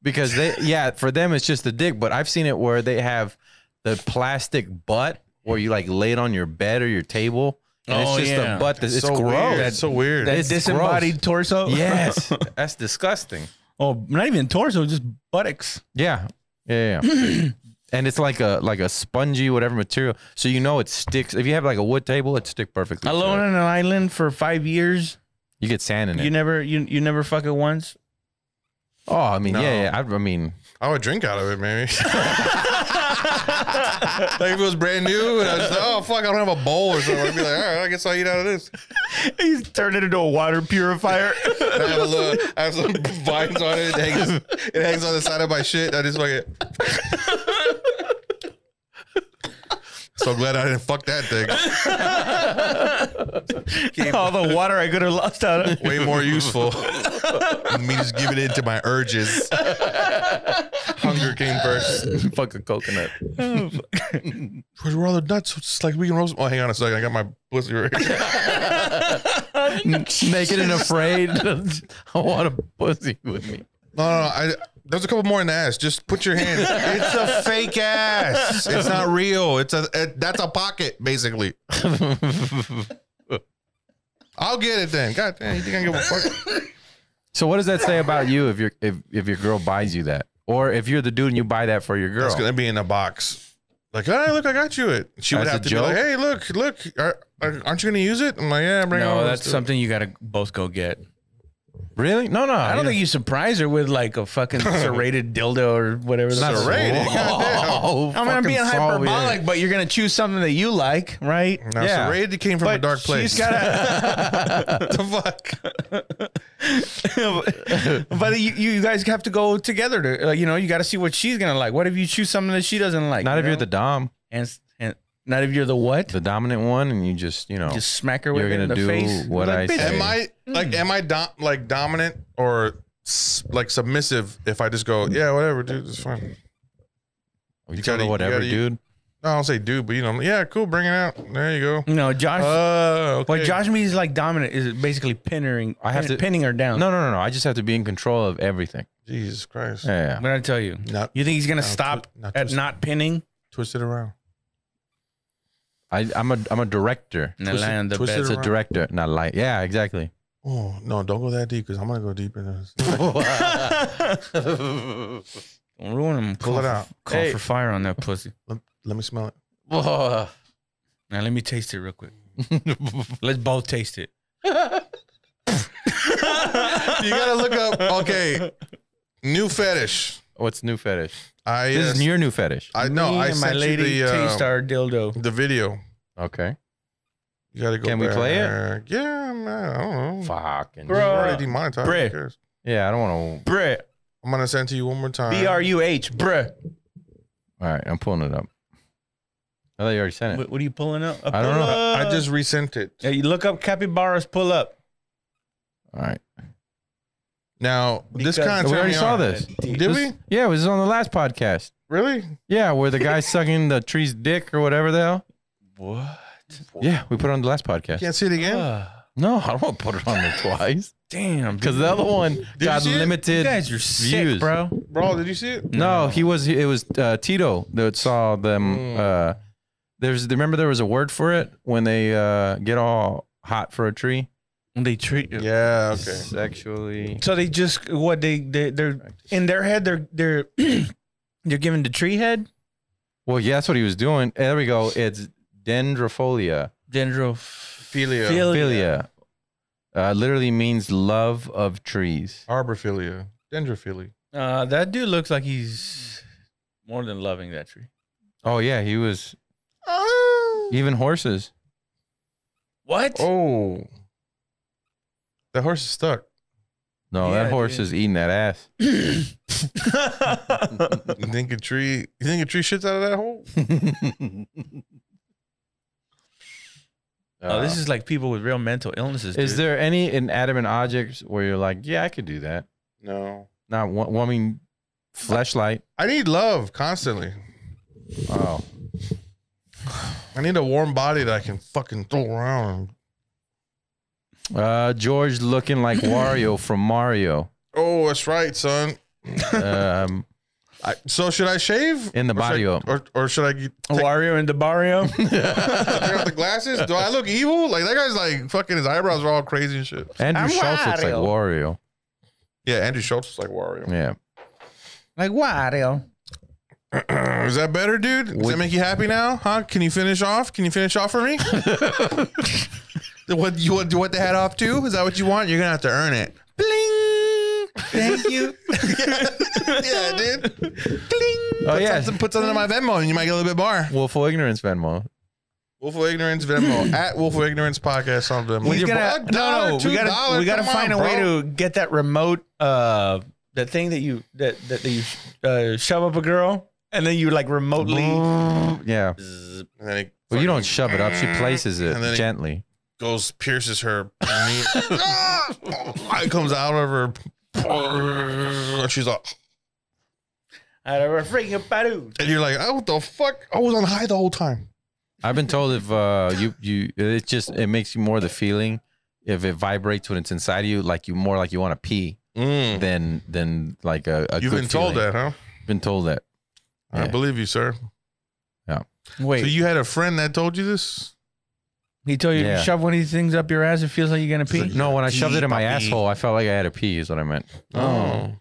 because they yeah for them it's just the dick, but I've seen it where they have the plastic butt where you like lay it on your bed or your table. And
Oh,
it's just
yeah.
the butt that's it's
so
gross.
Weird. That's so weird.
that
It's
disembodied torso.
Yes, that's disgusting.
Oh, not even torso, just buttocks.
Yeah, yeah, yeah. and it's like a like a spongy whatever material, so you know it sticks. If you have like a wood table, it stick perfectly. to
Alone
it.
on an island for five years.
you get sand in it.
You never, you you never fuck it once.
oh, I mean,
No.
yeah, yeah. I, I mean,
I would drink out of it, maybe. like if it was brand new, and I was like, "Oh fuck, I don't have a bowl or something." I'd be like, "All right, I guess I'll eat out of this."
He's turned it into a water purifier.
And I have a little, I have some vines on it. It hangs, it hangs on the side of my shit. I just fucking. so glad I didn't fuck that thing.
All the water I could have lost out of.
Way more useful. than me just giving in to my urges. Hunger came first.
fuck a coconut.
Where's all the nuts? It's like we can roast. Oh, hang on a second. I got my pussy right here.
Naked and afraid. I want a pussy with me.
No, no, no. I, there's a couple more in the ass. Just put your hand. it's a fake ass. It's not real. It's a it, that's a pocket basically. I'll get it then. God damn, you think I give a fuck?
So what does that say about you if your if, if your girl buys you that, or if you're the dude and you buy that for your girl?
It's gonna be in a box. Like, hey, look, I got you it. She would
As a
have to
joke?
be like, hey, look, look, are, are, aren't you gonna use it? I'm like, yeah, bring it.
No,
on.
that's
Let's do it."
something you gotta both go get.
really? No, no.
I don't think you surprise her with like a fucking serrated dildo or whatever. the-
Not serrated.
Oh,
I mean, I'm
fucking
being
solve it.
hyperbolic, but you're gonna choose something that you like, right?
Now,
Yeah.
serrated came from a dark place.
She's gotta,
the fuck?
but you, you guys have to go together to, uh, you know, you gotta see what she's gonna like. What if you choose something that she doesn't like?
Not
you
if you're
know?
the dom,
and, and not if you're the what?
the dominant one, and you just you know.
Just smack her with
You're
it in
gonna
the
do
face.
what I
bitch,
say.
Am I like am I dom- like dominant or s- like submissive if I just go, yeah, whatever, dude, it's fine.
you
gotta-
gotta,
you
whatever,
gotta-
dude.
No, I don't say dude, but you know, I'm like, yeah, cool, bring it out. There you go.
No, Josh.
Oh,
Uh, okay.
what Josh means like dominant is basically pinning. I have to pinning her down.
No, no, no, no. I just have to be in control of everything.
Jesus Christ.
Yeah, yeah.
what did I tell you?
Not
You think he's gonna
twi-
stop
not
at
twist-
not pinning?
twist it around.
I, I'm a I'm a director.
And the
Twist it-
lie on the
twist it
bed.
It's a director, not like yeah, exactly.
Oh no, don't go that deep because I'm gonna go deep in this.
Don't ruin him.
Pull
Call
it
for-
out.
Call
Hey.
for fire on that pussy.
Let, let me smell it.
Now let me taste it real quick. Let's both taste it.
You gotta look up. Okay, new fetish.
What's new fetish?
I
This
uh,
is your new fetish.
I know.
Me
I
and
sent
my lady
you the uh,
taste our dildo.
the video.
Okay.
You gotta go.
Can we play it?
back. Yeah, man, I don't know.
Fucking
We're
Bro.
already demonetized.
Bruh.
Who cares?
Yeah, I don't want to.
Bruh.
I'm gonna send it to you one more time.
B R U H. Bruh.
All right, I'm pulling it up. I thought you already sent it.
What, what are you pulling up?
I don't know.
I I just resent it.
Yeah, you look up capybaras. Pull up.
All right.
Now this
Because-
kind of
We already saw
this.
this.
Did we
Yeah, it was on the last podcast.
really?
Yeah, where the guy sucking the tree's dick or whatever the hell.
What?
Yeah, we put it on the last podcast.
Can't see it again.
No, I don't want to put it on there twice
Damn.
because the other one
you
got
see it?
limited
You guys are sick,
views,
bro.
Bro, did you see it?
Hmm.
No, he was. It was uh, Tito that saw them.
Mm.
Uh, There's remember there was a word for it when they uh, get all hot for a tree.
When they treat you.
Yeah. Okay.
Sexually.
So they just what they they they're in their head they're they're they're giving the tree head
Well, yeah, that's what he was doing. There we go. It's dendrophilia.
Philia.
dendrophilia.
Philia. Uh, literally means love of trees.
Arborphilia. Dendrophilia.
Uh, that dude looks like he's more than loving that tree.
Oh yeah, he was.
Ah.
Even horses.
What?
Oh. The horse is stuck.
No,
Yeah,
that horse
dude.
is eating that ass.
You think a tree? You think a tree shits out of that hole?
oh, this is like people with real mental illnesses.
Is
dude.
there any inanimate objects where you're like, yeah, I could do that?
No.
Not one. Well, I mean, flashlight.
I need love constantly.
Oh,
I need a warm body that I can fucking throw around.
uh, George looking like Wario from Mario.
Oh, that's right, son.
Um,
I, so should I shave
In the
Or should I-
barrio.
or, or should I get, take,
Wario in the barrio?
take out the glasses? Do I look evil? Like that guy's like fucking his eyebrows are all crazy and shit.
Andrew
I'm
Schultz looks like Wario.
Yeah, Andrew Schultz is like Wario.
Yeah.
like Wario.
is that better, dude? Does that make you happy now? Huh? Can you finish off? Can you finish off for me? what you want? You want the hat off too? Is that what you want? You're gonna have to earn it. Bling.
Thank you.
yeah, dude. Bling.
Oh,
put
yeah.
Something, put something in my Venmo, and you might get a little bit more.
Willful ignorance, Venmo.
Willful Ignorance Venmo at Willful Ignorance Podcast on Venmo.
He's
Your
gonna,
bro- a dollar,
no, no,
two
we gotta,
dollars,
we gotta
come on,
find a way
bro.
to get that remote, uh, that thing that you that that, that you uh, shove up a girl and then you like remotely.
Yeah.
And then it
Well, you don't shove it up. She places it
mm. And then it-
gently.
goes pierces her. knee. It comes out of her. She's like,
Out of a freaking Peru.
and you're like, oh, what the fuck? I was on high the whole time.
I've been told if uh, you you it just it makes you more the feeling if it vibrates when it's inside of you like you more like you want to pee than than like a, a
Mm. You've
good
been told
feeling.
that, huh?
Been told that.
I
Yeah.
believe you, sir.
Wait,
So you had a friend that told you this?
he told you
Yeah.
to shove one of these things up your ass. It feels like you're gonna pee.
No, when I shoved it in my
Pee, puppy.
asshole, I felt like I had a pee. Is what I meant.
Oh.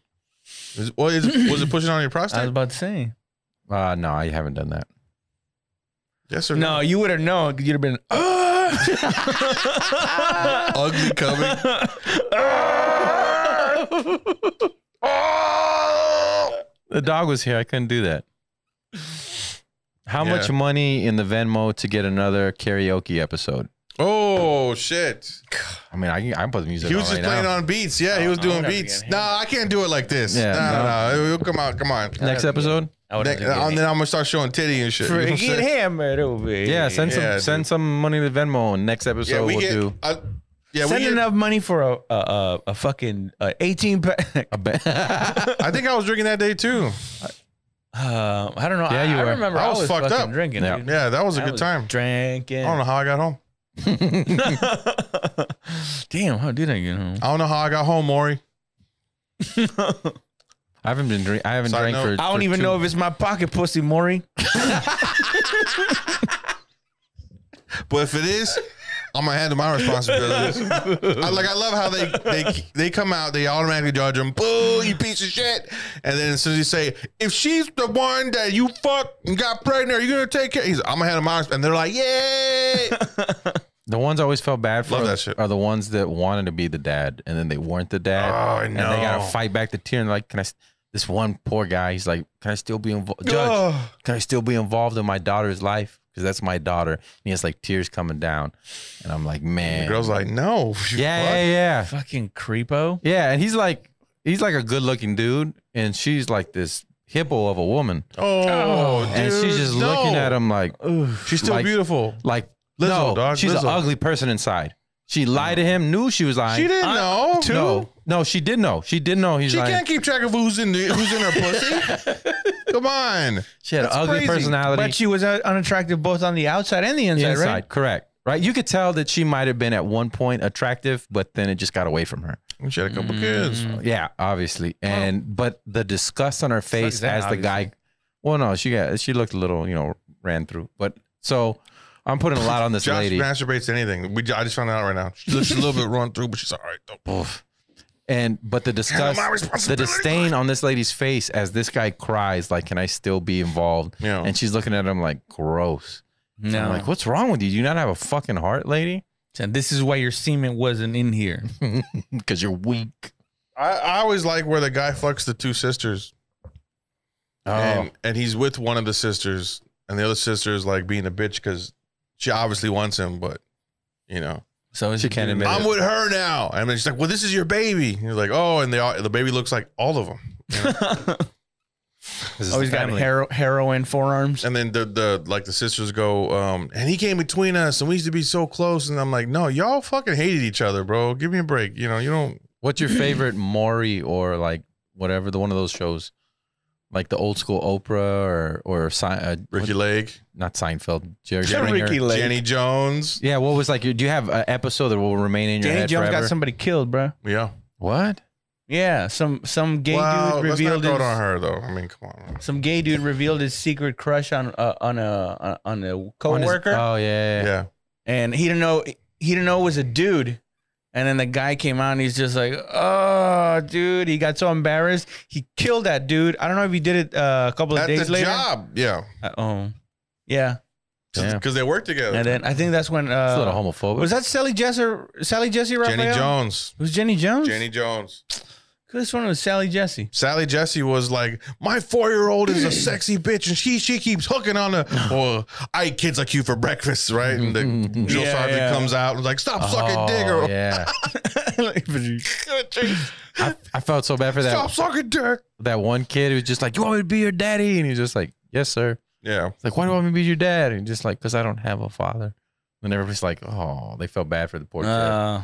Is, well, is, was it pushing on your
I was
prostate?
about to say.
Uh, no, I haven't done that.
yes or
No,
no?
you would have known. 'cause You'd have been.
Ugly coming.
The dog was here. I couldn't do that. How much
Yeah.
money in the Venmo to get another karaoke episode?
Oh shit!
I mean, I can, I can put the music
He
on
was just
right
playing
now.
on beats. Yeah, he
Oh,
was
no,
doing
whatever,
beats.
you gotta
Nah, I can't do it like this.
Yeah,
nah, no, no, come on, come on.
Next episode?
I would
Then- and then I'm gonna start showing titty and shit. You know what I'm
Freaking
saying?
hammered over.
Yeah, send some
Yeah,
send
dude.
some money to Venmo. and Next episode
yeah, we
we'll
get.
do
I- yeah, we
Send
get-
enough money for a a, a, a fucking uh, eighteen pack.
a bet.
I think I was drinking that day too.
Uh, I don't know.
Yeah,
I,
you
I
were.
remember
I
I
was
was,
fucked
fucking
up.
drinking.
Yeah.
dude.
Yeah, that was a
I
good
was
time. I
Drinking.
don't know how I got home.
Damn, how did I get home?
I don't know how I got home, Maury.
I haven't been drink. I haven't
Side
drank
note.
for.
I don't
for
even
two-
know if it's my pocket pussy, Maury.
But if it is, I'm gonna handle my responsibilities. I, like I love how they they they come out, they automatically judge him. Boo, you piece of shit! And then as soon as you say, if she's the one that you fucked and got pregnant, are you gonna take care? He's, I'm gonna handle my. And they're like, yay!
The ones I always felt bad for
Love that shit.
are the ones that wanted to be the dad and then they weren't the dad.
Oh, I
and they gotta
know.
fight back the tear and like, can I? s- This one poor guy, he's like, can I still be involved? Judge, can I still be involved in my daughter's life? Because that's my daughter. And he has like tears coming down, and I'm like,
The
man.
girl's like, no. you
yeah,
fuck."
yeah, yeah,
Fucking creepo.
yeah. And he's like, he's like a good looking dude, and she's like this hippo of a woman,
Oh,
and she's
dude,
just
no.
looking at him like,
She's still
like-
beautiful.
like
Lizzo,
no,
dog,
she's
Lizzo.
an ugly person inside. She lied to him, knew she was lying.
She didn't know.
No, no, she did know. She did know. He's
She
lying.
can't keep track of who's in the, who's in her pussy. Come on.
She had an
That's
ugly
crazy.
personality.
But she was uh, unattractive both on the outside and the inside,
inside,
right?
correct. Right. You could tell that she might have been at one point attractive, but then it just got away from her.
She had a
Mm.
couple kids.
Yeah, obviously. And but the disgust on her face
that,
as the guy well no, she got she looked a little, you know, ran through. But So I'm putting a lot on this
Josh
lady.
masturbates to anything. We I just found out right now. She looks a little bit run through, but she's all right. Don't
Oof. And but the disgust,
my
the
responsibility.
disdain on this lady's face as this guy cries, like, "Can I still be involved?"
Yeah.
And she's looking at him like, "Gross." And I'm like, "What's wrong with you? Do you not have a fucking heart, lady?
And this is why your semen wasn't in here.
Because you're weak."
I, I always like where the guy fucks the two sisters,
Oh,
and, and he's with one of the sisters, and the other sister is like being a bitch because she obviously wants him, but you know,
So
she can't admit
I'm
it.
with her now. And then she's like, "Well, this is your baby." And he's like, "Oh," and they all, the baby looks like all of them.
This is the
Always got
family.
hero, heroin forearms.
And then the the like the sisters go, um, and he came between us, and we used to be so close. And I'm like, "No, y'all fucking hated each other, bro. Give me a break. You know, you don't."
What's your favorite Maury or like whatever the one of those shows, like the old school Oprah or or Se- uh,
Ricky Lake,
not Seinfeld, Jerry Springer.
Ricky Lake.
Jenny Jones,
Yeah, what was like? your- Do you have an episode that will remain in your
Danny
head
Jones
forever?
got somebody killed, bro.
yeah.
what?
Yeah, some some gay
Wow,
dude
let's not
revealed
throw it
his,
on her though. I mean, come on.
some gay dude revealed his secret crush on uh, on a on a
On his-
coworker,
oh yeah, yeah, yeah.
Yeah.
and he didn't know he didn't know it was a dude. And then the guy came out and he's just like, "Oh, dude!" He got so embarrassed, he killed that dude. I don't know if he did it uh, a couple of
At
days
the
later.
job, yeah,
Uh, oh, yeah.
Damn.
because they work together.
And then I think that's when uh,
It's a little homophobic.
was that Sally Jesse? Sally Jesse Raphael?
Jenny Jones,
It was Jenny Jones.
Jenny Jones,
This one was Sally Jesse.
Sally Jesse was like, my four year old is a sexy bitch, and she she keeps hooking on the well, I eat kids like you for breakfast, right? And the Jill
Yeah,
Sargent
Mm-hmm. yeah.
comes out and is like, stop sucking dick,
Mm-hmm, Oh,
or
yeah. I, I felt so bad for
stop
that
sucking dick.
that one kid who was just like, "You want me to be your daddy?" And he's just like, "Yes, sir."
Yeah,
It's like, "Why do you want me to be your dad?" And just like, "Cause I don't have a father." And everybody's like, "Oh, they felt bad for the poor kid."
Uh,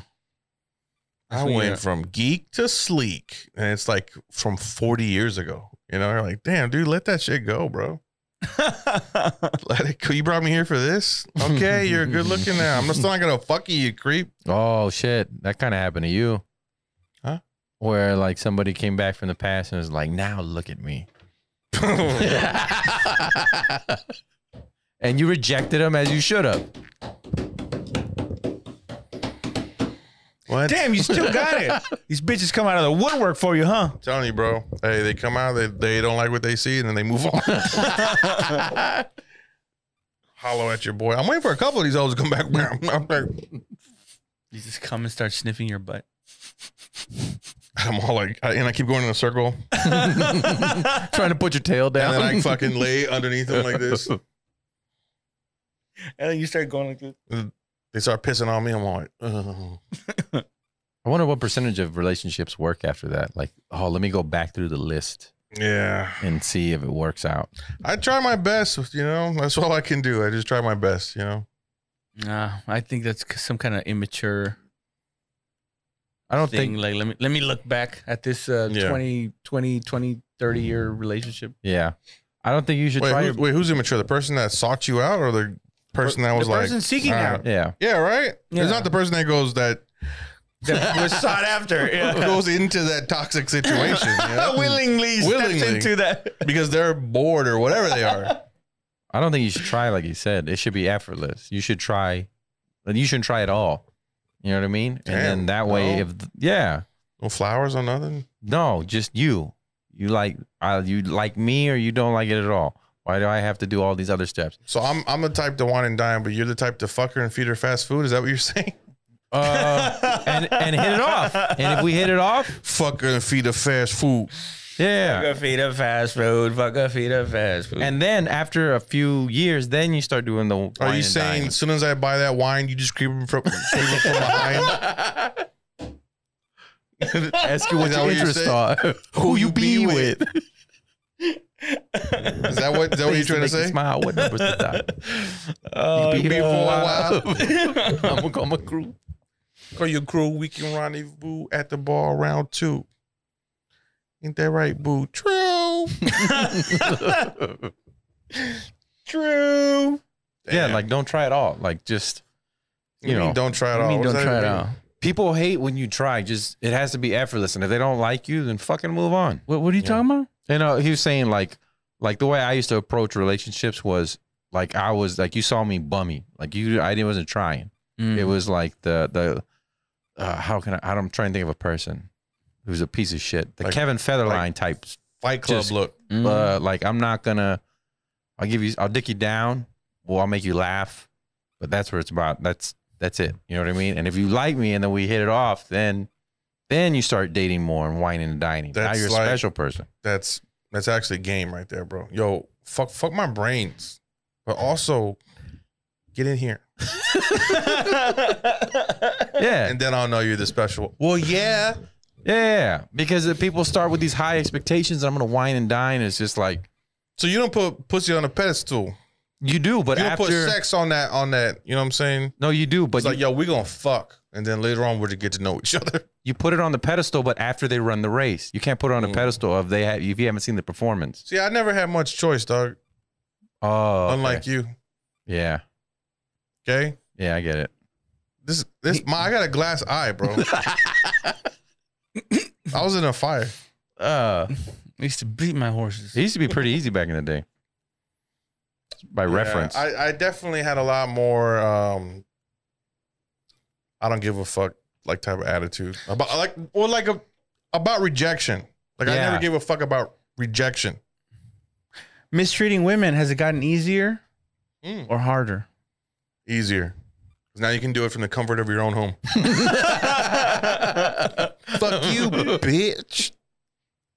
I
That's when you-
went from geek to sleek, and it's like from forty years ago. You know, you're like, damn, dude, let that shit go, bro. Let it go. You brought me here for this. Okay, you're good looking now. I'm still not gonna fuck you, you creep.
Oh shit, that kind of happened to you,
Huh?
Where like somebody came back from the past and was like, "Now look at me," and you rejected him as you should have.
What?
Damn, you still got it. These bitches come out of the woodwork for you, huh?
telling you, bro. Hey, they come out, they, they don't like what they see, and then they move on. Hollow at your boy. I'm waiting for a couple of these hoes to come back. I'm like,
You just come and start sniffing your butt.
I'm all like, and I keep going in a circle,
Trying to put your tail
and then
down.
I fucking lay underneath them like this.
And then you start going like this.
They start pissing on me. I'm all like, "Ugh."
I wonder what percentage of relationships work after that. Like, oh, let me go back through the list
yeah.
and see if it works out.
I try my best, you know. That's all I can do. I just try my best, you know.
Nah, I think that's c- some kind of immature
I don't
thing.
think.
Like, let me let me look back at this uh,
Yeah.
20, 20, 20, 30 year relationship.
Yeah, I don't think you should
Wait,
try.
who-
your,
wait, who's immature? The person that sought you out, or the person that was
the
like
person seeking
"All right."
out.
yeah,
Yeah, right.
Yeah.
It's not the person that goes that
That was sought after. Yeah.
goes into that toxic situation. you know?
Willingly,
Willingly.
steps into that.
because they're bored or whatever they are.
I don't think you should try. Like you said, it should be effortless. You should try. and You shouldn't try at all. You know what I mean? and then
Damn,
that way,
no.
if yeah,
No flowers or nothing.
No, just you. You like uh, you like me or you don't like it at all. Why do I have to do all these other steps?
So I'm I'm the type to wine and dine, but you're the type to fuck her and feed her fast food. Is that what you're saying?
Uh, and and hit it off. And if we hit it off,
Fuck her and feed her fast food.
yeah.
Fuck a feed of fast food. Fuck a feed of fast food.
And then after a few years, then you start doing the. Wine
Are you
and
saying
dine.
as soon as I buy that wine, you just creep 'em from, creep 'em from behind?
ask you what
Is that
your
what you're
interests
saying?
are? Who you be with?
Is that what, is that what you're
Used to
trying to
make you
say?
Smile. What numbers to die?
Oh,
you be
be
for a
for
while. I'm gonna call my crew.
Call your crew. We can rendezvous at the bar round two. Ain't that right, boo? True. True.
Yeah,
Damn.
like don't try at all. Like just
you,
you
mean
know.
don't try it
I
out.
mean,
What does
don't
that
try it
even
out.
mean?
people hate when you try. Just it has to be effortless. And if they don't like you, then fucking move on.
What, what are you
Yeah.
talking about?
You know, he was saying like like the way I used to approach relationships was Like I was like you saw me bummy. Like you I didn't wasn't trying.
Mm.
It
Mm.
was like the the uh, how can I I don't- I'm trying to think of a person who's a piece of shit. The
Like-
Kevin Featherline type
Fight Club
Just-
look.
Mm.
uh, like I'm not gonna. I'll give you. I'll dick you down. Well, I'll make you laugh. But that's what it's about. That's that's it. You know what I mean? And if you like me, and then we hit it off, then then you start dating more and whining and dining.
That's
now you're a
like-
special person.
That's that's actually game right there, bro. Yo, fuck fuck my brains, but also get in here,
Yeah,
and then I'll know you're the special. Well, yeah,
yeah. Because the people start with these high expectations. I'm gonna whine and dine. It's just like
so you don't put pussy on a pedestal.
you do, but
you don't
after
put sex on that on that. You know what I'm saying?
no, you do,
It's
but
like,
you,
yo, we gonna fuck, and then later on we're to get to know each other.
you put it on the pedestal. But after they run the race, you can't put it on a
Mm.
pedestal if they have, if you haven't seen the performance.
See, I never had much choice, dog.
Oh, okay.
Unlike you,
yeah,
okay.
yeah, I get it.
This this my I got a glass eye, bro. I was in a fire.
Uh,
I used to beat my horses.
it used to be pretty easy back in the day. By reference,
Yeah, I, I definitely had a lot more. um I don't give a fuck like type of attitude about like or like a about rejection. Like I
Yeah.
never gave a fuck about rejection.
Mistreating women has it gotten easier
Mm.
or harder?
Easier. 'Cause Now you can do it from the comfort of your own home. fuck you, bitch.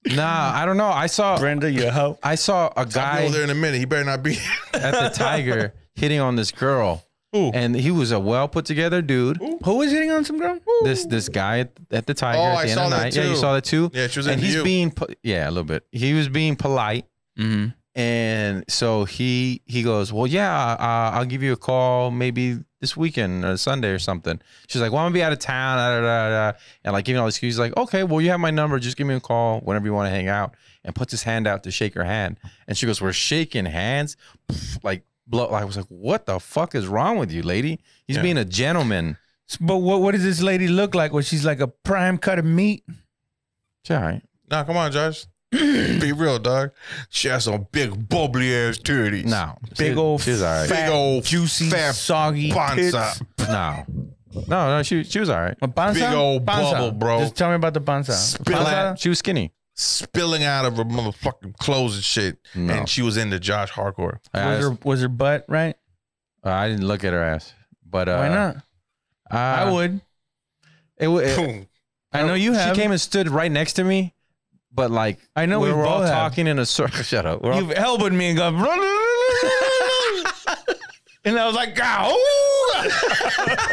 nah, I don't know. I saw,
Brenda, you help.
I saw a
I'll be
guy
over there in a minute. He better not be.
at the Tiger hitting on this girl,
Ooh.
and he was a well put together dude.
Who was hitting on some girl?
This this guy at, at the Tiger
Oh,
at the
I
end
saw
of the
that
night. Yeah, you
too.
saw that too.
Yeah, she was
and
into
he's
you.
being, po- yeah, a little bit. He was being polite.
Mm-hmm.
and so he he goes well yeah uh, i'll give you a call maybe this weekend or sunday or something she's like well i'm gonna be out of town da, da, da, da. and like giving all these excuses like okay well you have my number just give me a call whenever you want to hang out and puts his hand out to shake her hand and she goes we're shaking hands like blow i was like what the fuck is wrong with you lady he's
Yeah.
being a gentleman
But what what does this lady look like? Was she's like a prime cut of meat?
it's all right
Nah, come on, Josh. Be real, dog. She has some big bubbly ass titties.
no
Big
She-
old
she's all right
fat,
fat,
big old
juicy,
fat
soggy tits.
bonza.
no no no she, she was all right
A bonza?
Big old
Bonza.
bubble, bro.
Just tell me about the bonza.
Spill
Bonza?
she was skinny
spilling out of her motherfucking clothes and shit.
No.
And she was into Josh Hardcore.
I,
Was her was her butt right?
Uh, I didn't look at her ass but uh
Why not?
Uh,
I would.
It, wa- it,
Boom.
I know you have.
She came and stood right next to me, but like
I know
we
we've
were all
both have.
talking in a circle. Shut up. We're all-
You've elbowed me and gone. and I was like, "Ow!"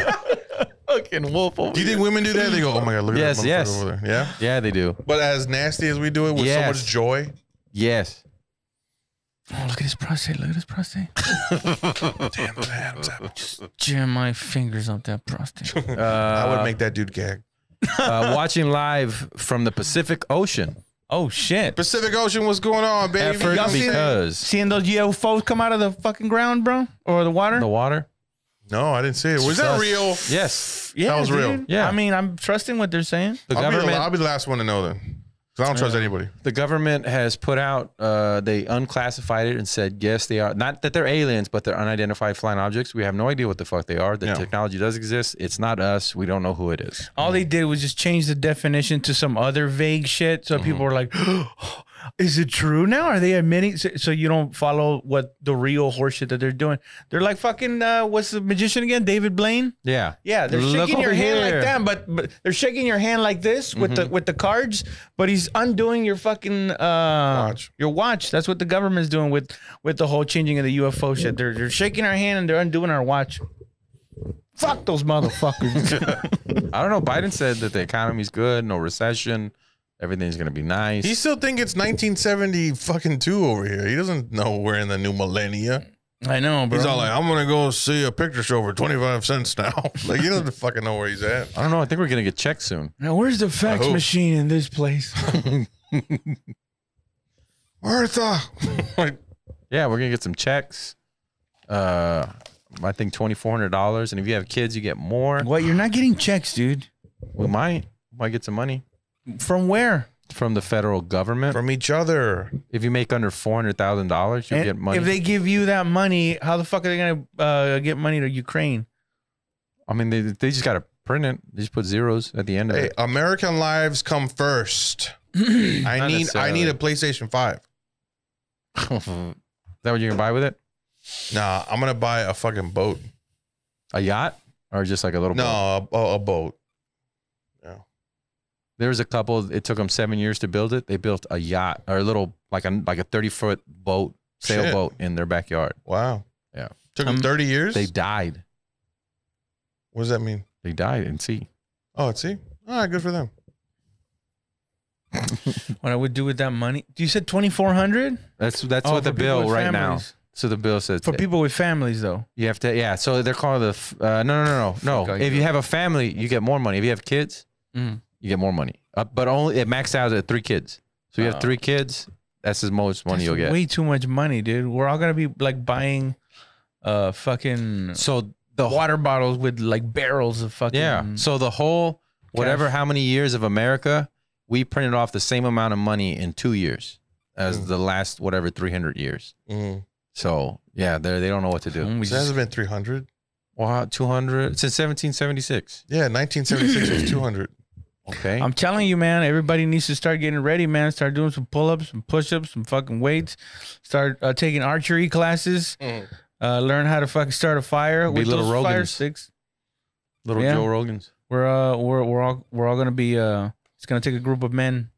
fucking wolf over
Do you think women do that? They go, oh my God, look
Yes,
at that motherfucker
yes.
over there. Yeah.
Yeah, they do.
But as nasty as we do it with so
Yes.
much joy,
Yes.
Oh, look at his prostate. Look at his prostate.
damn, damn, damn.
Jam my fingers up that prostate.
Uh,
I would make that dude gag.
uh, watching live from the Pacific Ocean.
Oh shit!
Pacific Ocean, what's going on, baby?
Effort
You seen it?
because
Seeing those UFOs come out of the fucking ground, bro, or the water.
the water.
No, I didn't see it. Was that
Sus.
real?
Yes.
yeah,
that was real.
dude.
Yeah.
I mean, I'm trusting what they're saying.
The
I'll, be the,
government.
I'll be the last one to know then. 'Cause I don't trust anybody.
the government has put out uh, they unclassified it and said yes they are not that they're aliens but they're unidentified flying objects we have no idea what the fuck they are the
Yeah.
technology does exist it's not us we don't know who it is
All they did was just change the definition to some other vague shit,
Mm-hmm.
so people were like, "Is it true now? Are they admitting?" So, so you don't follow what the real horseshit that they're doing. They're like fucking uh, what's the magician again? David Blaine.
yeah
Yeah, they're
Look
shaking your
over
hand
here. Mm-hmm.
like that, but, but they're shaking your hand like this with the with the cards, but he's undoing your fucking uh
Watch.
your watch. That's what the government's doing with with the whole changing of the UFO shit. They're they're shaking our hand and they're undoing our watch. Fuck those motherfuckers.
I don't know. Biden said that the economy's good, no recession, everything's gonna be nice.
He still think it's 1970 fucking two over here. He doesn't know we're in the new millennia.
I know, bro.
He's all like, I'm gonna go see a picture show for 25 cents now. like, he doesn't fucking know where he's at.
I don't know. I think we're gonna get checked soon.
now where's the
I
fax
"Oh."
hope.
machine in this place?
Martha. like,
Yeah, we're gonna get some checks. Uh, I think twenty four hundred dollars, and if you have kids, you get more.
what? You're not getting checks, dude.
We might might get some money.
From where?
from the federal government.
from each other.
if you make under four hundred thousand dollars, you
And
get money.
If they give you that money, how the fuck are they gonna uh, get money to Ukraine?
I mean, they, they just got to print it. They just put zeros at the end of
Hey,
it.
American lives come first. I
Not
need I
necessarily.
need a PlayStation 5.
Is that what you're gonna buy with it?
Nah, I'm gonna buy a fucking boat.
A yacht or just like a little? boat?
No, a, a, a boat.
There was a couple. It took them seven years to build it. They built a yacht or a little like a like a thirty foot boat
Shit.
sailboat in their backyard.
Wow.
Yeah.
Took them
Um,
30 years.
They died.
what does that mean?
They died in sea.
Oh, see. All right, good for them.
What I would do with that money? You said twenty four hundred.
That's that's
Oh,
what the bill right now. So the bill says
For people with families, though,
you have to yeah. So they're calling the f- uh, no no no no no.
Fuck, I
If you have a family, you get more money. If you have kids,
Mm.
you get more money. Uh, but only it maxed out at three kids. So you
Oh.
have three kids. That's the most money
That's
you'll get.
Way too much money, dude. We're all gonna be like buying, uh, fucking
So the whole
water bottles with like barrels of fucking.
yeah. So the whole whatever
Cash.
how many years of America, we printed off the same amount of money in two years as
Mm.
the last whatever three hundred years.
Mm.
So yeah, they they don't know what to do.
Mm, we
So that's
just-
been 300.
Wow, two hundred since seventeen seventy six.
Yeah, 1976 was 200.
Okay.
I'm telling you, man. Everybody needs to start getting ready, man. Start doing some pull ups, some push ups, some fucking weights. Start uh, taking archery classes.
Mm.
Uh, learn how to fucking start a fire
Be
with
little
those fire
Rogans.
sticks.
Little
Yeah.
Joe Rogan's.
We're uh, we're we're all we're all gonna be uh, it's gonna take a group of men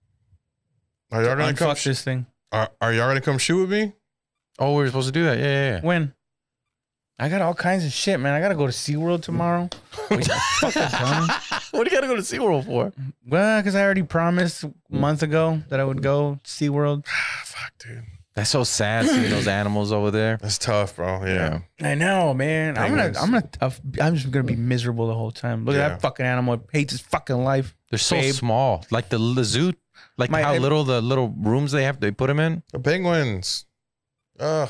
Are y'all
to
gonna come?
unfuck
Sh-
this thing.
are, are y'all gonna come shoot with me?
Oh, we were supposed to do that. Yeah, yeah, yeah.
When? I got all kinds of shit, man. I gotta go to SeaWorld tomorrow. Wait, fucking Tommy.
What do you gotta go to SeaWorld for?
Well, because I already promised a month ago that I would go to SeaWorld.
Ah, fuck, dude.
That's so sad seeing those animals over there.
That's tough, bro. Yeah.
Yeah.
I know, man. I'm gonna, I'm gonna, uh, I'm just gonna be miserable the whole time. Look at
Yeah.
that fucking animal. It hates its fucking life.
They're so
Babe.
small. Like the, the zoo, like
My-
how
I-
little the little rooms they have they put them in.
The penguins. Ugh.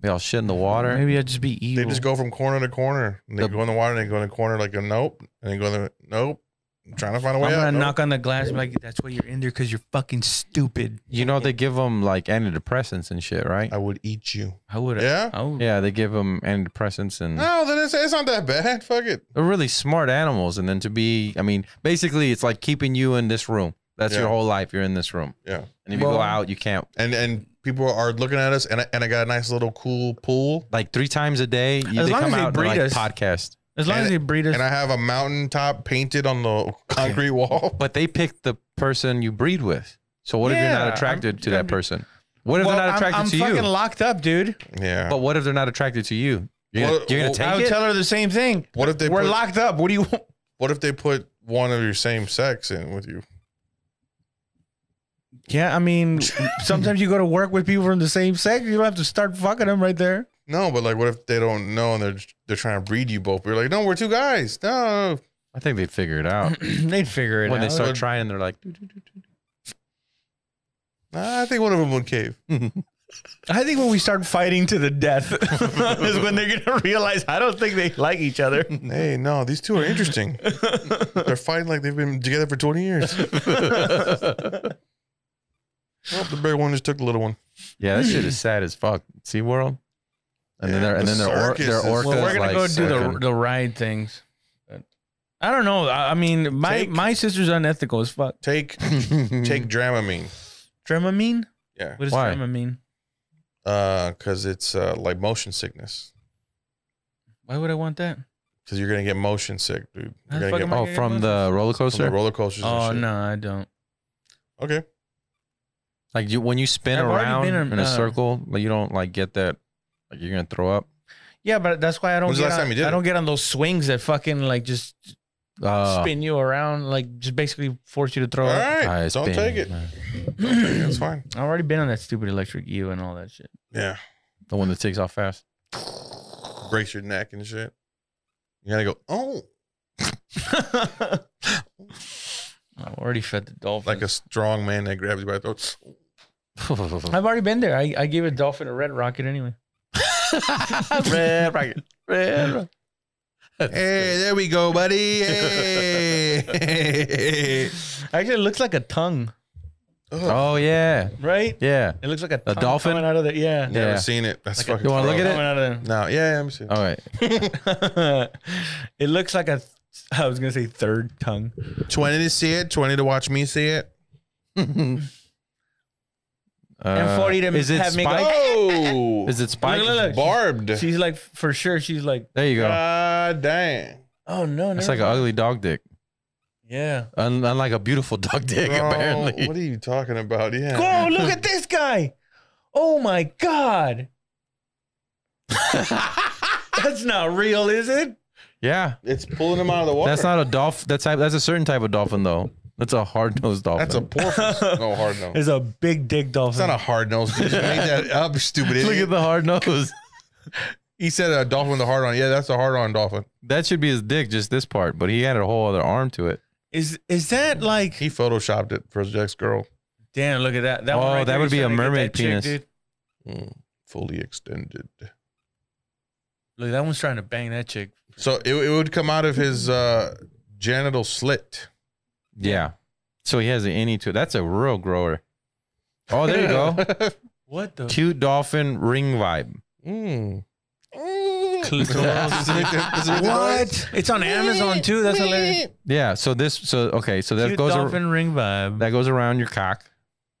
They all shit in the water.
Maybe I'll just be evil.
They just go from corner to corner. And they
The-
go in the water and they go in the corner like a nope. And they go in the nope. I'm trying to find a
I'm
way
gonna
out. Nope.
knock on the glass and be like, "That's why you're in there, because you're fucking stupid."
You know they give them like antidepressants and shit, right?
I would eat you.
I would.
Yeah?
I would.
Yeah, they give them antidepressants
Mm.
and
No, then it's, it's not that bad. Fuck it.
they're really smart animals. And then to be, I mean, basically it's like keeping you in this room. That's
Yeah.
your whole life. You're in this room.
Yeah.
And if you
Well-
go out, you can't.
And and people are looking at us and I, and I got a nice little cool pool.
Like three times a day, you,
As
they
long
come
as they
out and
breed
like
us.
podcast.
As long
And-
as they breed us.
And I have a mountaintop painted on the concrete wall.
But they pick the person you breed with. So what if
Yeah,
you're
I'm
not attracted to
gonna
that
be-
person? What if
Well,
they're not
I'm-
attracted
I'm,
to
fucking
you?
locked up, dude.
Yeah.
But what if they're not attracted to you? You're gonna,
Well,
you're gonna
well,
I
take
would
it.
tell her the same thing.
what if they
We're
put,
locked up. What do you want?
what if they put one of your same sex in with you?
Yeah, I mean, sometimes you go to work with people from the same sex. You don't have to start fucking them right there.
No, but like what if they don't know and they're they're trying to breed you both? But you're like, no, we're two guys. No.
I think they figure it out
They'd figure it
when they
out.
start trying. They're like,
Nah, I think one of them would cave.
I think when we start fighting to the death is when they're gonna realize I don't think they like each other.
Mm-hmm. Hey, no, these two are interesting. They're fighting like they've been together for 20 years. Well, the big one just took the little one.
yeah, that shit is sad as fuck. SeaWorld. And
Yeah,
then they're and
the
then their or,
circus
their
is-
orcas.
Well,
Well, we're gonna
like,
go do the,
sucking-
the ride things. But I don't know. I, I mean, my
Take-
my sister's unethical as fuck.
Take take Dramamine.
Dramamine?
Mm-hmm. Yeah.
What does
Why?
Dramamine?
Uh, cuz it's uh like motion sickness.
Why would I want that?
Cuz you're going to get motion sick, dude.
How
You're
the
going to
fuck
get
am I
oh,
gonna
from
get
the roller
from the
coaster.
roller coasters and
Oh
shit.
no, I don't.
Okay.
Like you, when you spin
I've already
around
been
in,
in,
a
uh,
circle, like you don't like get that. Like you're gonna throw up.
Yeah, but that's why I don't.
When's the
Get
last
on,
time you did
I
it?
don't get on those swings that fucking like just
Uh,
spin you around, like just basically force you to throw.
All
up.
right.
I
Don't
spin.
take it. Don't take it. It's fine.
I've already been on that stupid electric U and all that shit.
Yeah.
The one that takes off fast.
Breaks your neck and shit. You got to go, "Oh."
I've already fed the dolphin.
Like a strong man that grabs you by the throat.
I've already been there. I, I gave a dolphin a red rocket anyway.
Red rocket. Red rocket.
Hey, there we go, buddy. Hey.
Actually, it looks like a tongue.
Oh yeah,
right?
yeah.
It looks like a,
A
tongue
dolphin?
coming out of there. Yeah.
Yeah.
Never seen it. That's fucking.
you wanna look
gross.
at it? Oh.
Coming
No,
out of
yeah, yeah, let me see.
All right.
there.
It looks like a. I was gonna say third tongue.
Twenty to see it. Twenty to watch me see it.
Uh,
40 to
is it
have me go,
spiked?
Oh,
Is it spiked?
Look, look, look.
barbed.
she's like, for sure, she's like,
There you go.
God damn.
oh no,
That's
no.
like an ugly dog dick.
yeah.
Un- unlike a beautiful dog dick,
Bro,
apparently.
What are you talking about? Yeah.
Go look at this guy. Oh my god. That's not real, is it?
yeah,
It's pulling him out of the water.
that's not a dolphin. That's type. That's a certain type of dolphin, though. That's a hard nosed dolphin.
That's a porpoise. no hard nose.
There's a big dick
It's
dolphin.
not a hard nose. You made that up, stupid
Look
idiot.
at the hard nose.
he said a dolphin with a hard on. Yeah, that's a hard on dolphin.
That should be his dick, just this part. But he added a whole other arm to it.
Is is that like
He photoshopped it for his ex girl.
damn, look at that. that
Oh,
one right
that
there,
would
he's
be a
trying to get that
mermaid
chick,
penis.
dude.
Mm, Fully extended.
Look, that one's trying to bang that chick.
So it, it would come out of his uh, genital slit.
Yeah. So he has an innie to it. That's a real grower. Oh, there you go.
What the
Cute dolphin ring vibe.
Mm.
What? It's on Amazon too. That's hilarious.
Yeah. So this. So okay. So that
Cute
goes. Ar-
dolphin ring vibe.
that goes around your cock,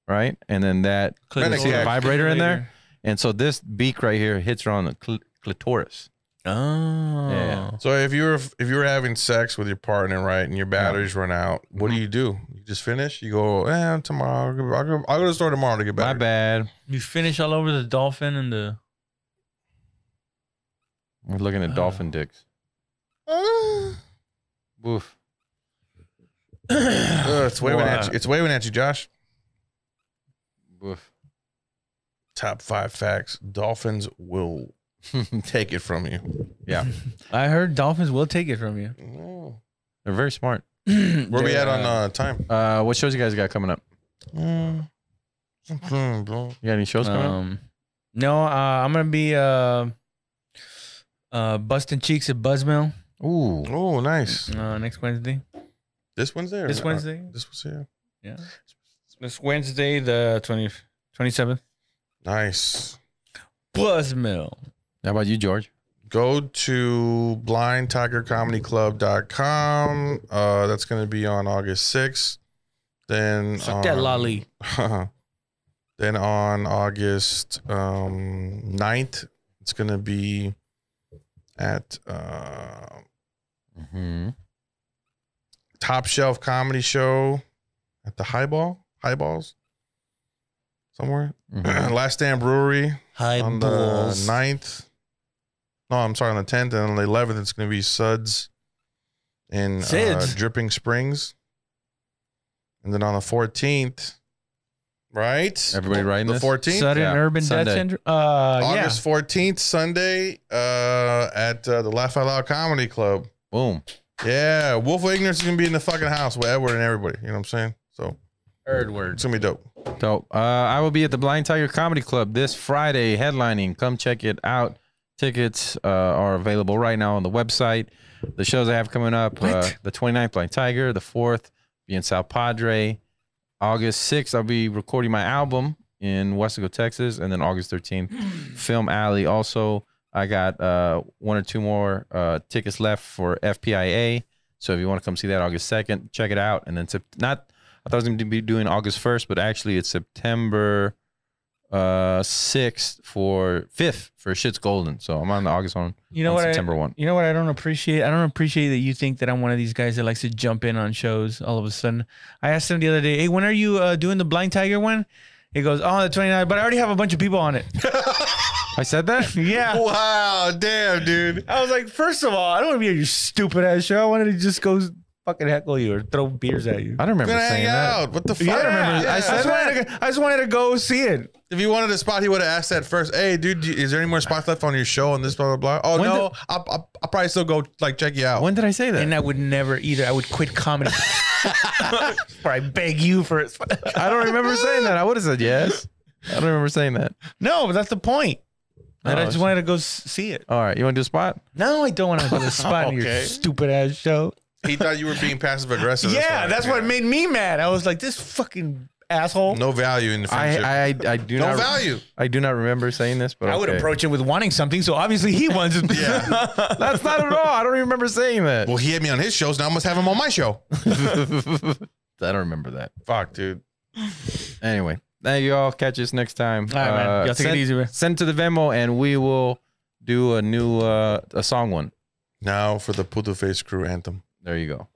right? And then that
Right,
you see the
yeah.
vibrator in there. And so this beak right here hits her on the cl- clitoris.
Oh.
Yeah.
So if you were if you were having sex with your partner, right, and your batteries run out, what do you do? You just finish? You go, eh, tomorrow. I'll go, I'll go, I'll go to the store tomorrow to get
My
back.
bad.
You finish all over the dolphin and the
We're looking at dolphin dicks.
Uh,
Woof.
Ugh, uh, it's waving at
Wow.
you. It's waving at you, Josh.
Woof.
Top five facts: Dolphins will take it from you.
I heard dolphins will take it from you.
Mm.
They're very smart.
Where we at on uh, time?
Uh, what shows you guys got coming up?
Hmm, Mm. bro.
You got any shows coming up?
Um, no, uh, I'm gonna be uh, uh, busting cheeks at Buzzmill
Ooh.
Oh, nice.
uh, next Wednesday.
This Wednesday. Or
This
uh,
Wednesday,
This Wednesday.
yeah. This Wednesday, the 20, 27th.
Nice.
Buzzmill.
How about you, George?
go to blindtigercomedyclub.com. Uh, that's going to be on August 6th. Then
Fuck that
on-
lolly.
then on August um, 9th, it's going to be at uh,
Mm-hmm.
Top Shelf Comedy Show at the Highball, Highballs, somewhere.
Mm-hmm.
Last Stand Brewery,
High
on the 9th. No, I'm sorry, on the 10th and on the 11th, it's going to be Suds in uh,
Suds.
Dripping Springs. And then on the 14th, right?
Everybody writing
The
this?
14th?
Sudden
Yeah,
urban
Sunday.
death syndrome. Uh,
August 14th, Sunday, uh, at uh, the Laugh Out Loud Comedy Club.
Boom.
Yeah, Wolf of Ignorance is going to be in the fucking house with Edward and everybody. You know what I'm saying? So
yeah. Third word.
it's going to be dope.
So uh, I will be at the Blind Tiger Comedy Club this Friday, headlining. Come check it out. Tickets uh, are available right now on the website. The shows I have coming up Uh, the 29th, Blind Tiger, the 4th, be in South Padre. August 6th, I'll be recording my album in Westaco, Texas. And then August 13th, Film Alley. Also, I got uh, one or two more uh, tickets left for FPIA. So if you want to come see that August 2nd, check it out. And then, Sep- not I thought I was going to be doing August 1st, but actually it's September uh 6th for 5th for Shit's Golden. So I'm on the August one,
You know
on
what? I,
September one.
you know what? I don't appreciate. I don't appreciate that you think that I'm one of these guys that likes to jump in on shows all of a sudden. I asked him the other day, "Hey, when are you uh, doing the Blind Tiger one?" He goes, "Oh, the 29th, but I already have a bunch of people on it."
I said that?
yeah.
Wow, damn, dude.
I was like, first of all, I don't want to be at your stupid ass show. I wanted to just go fucking heckle you or throw beers at you.
I don't remember
Gonna
saying
hang
that.
out. What the fuck?
Yeah, I remember. I,
Yeah.
just wanted to, I just wanted to go see it.
If you wanted a spot, he would have asked that first. Hey, dude, do you- is there any more spots left on your show on this blah blah blah? Oh
When
no, I'll, I'll, I'll probably still go like check you out.
When did I say that?
And I would never either. I would quit comedy. or I beg you for it.
I don't remember saying that. I would have said yes. I don't remember saying that.
No, but that's the point. That
Oh,
I just wanted to go s- see it.
All right, you want to do a spot?
No, I don't want to go to the spot in your
Okay.
stupid ass show.
he thought you were being passive aggressive.
yeah, that's
why-
what made me mad. I was like, this fucking
asshole.
No value in the friendship.
I, I I do
no
not
value.
I do not remember saying this, but
I would
okay.
approach him with wanting something, so obviously he wants it.
Yeah.
That's not at all. I don't remember saying that.
Well, he had me on his shows. Now I must have him on my show.
I don't remember that.
Fuck, dude.
Anyway, hey, y'all catch us next time. Uh,
All right, man. Y'all take
send,
it easy, man.
send to the Venmo, and we will do a new uh, a song one.
Now for the Puto Face Crew anthem.
There you go.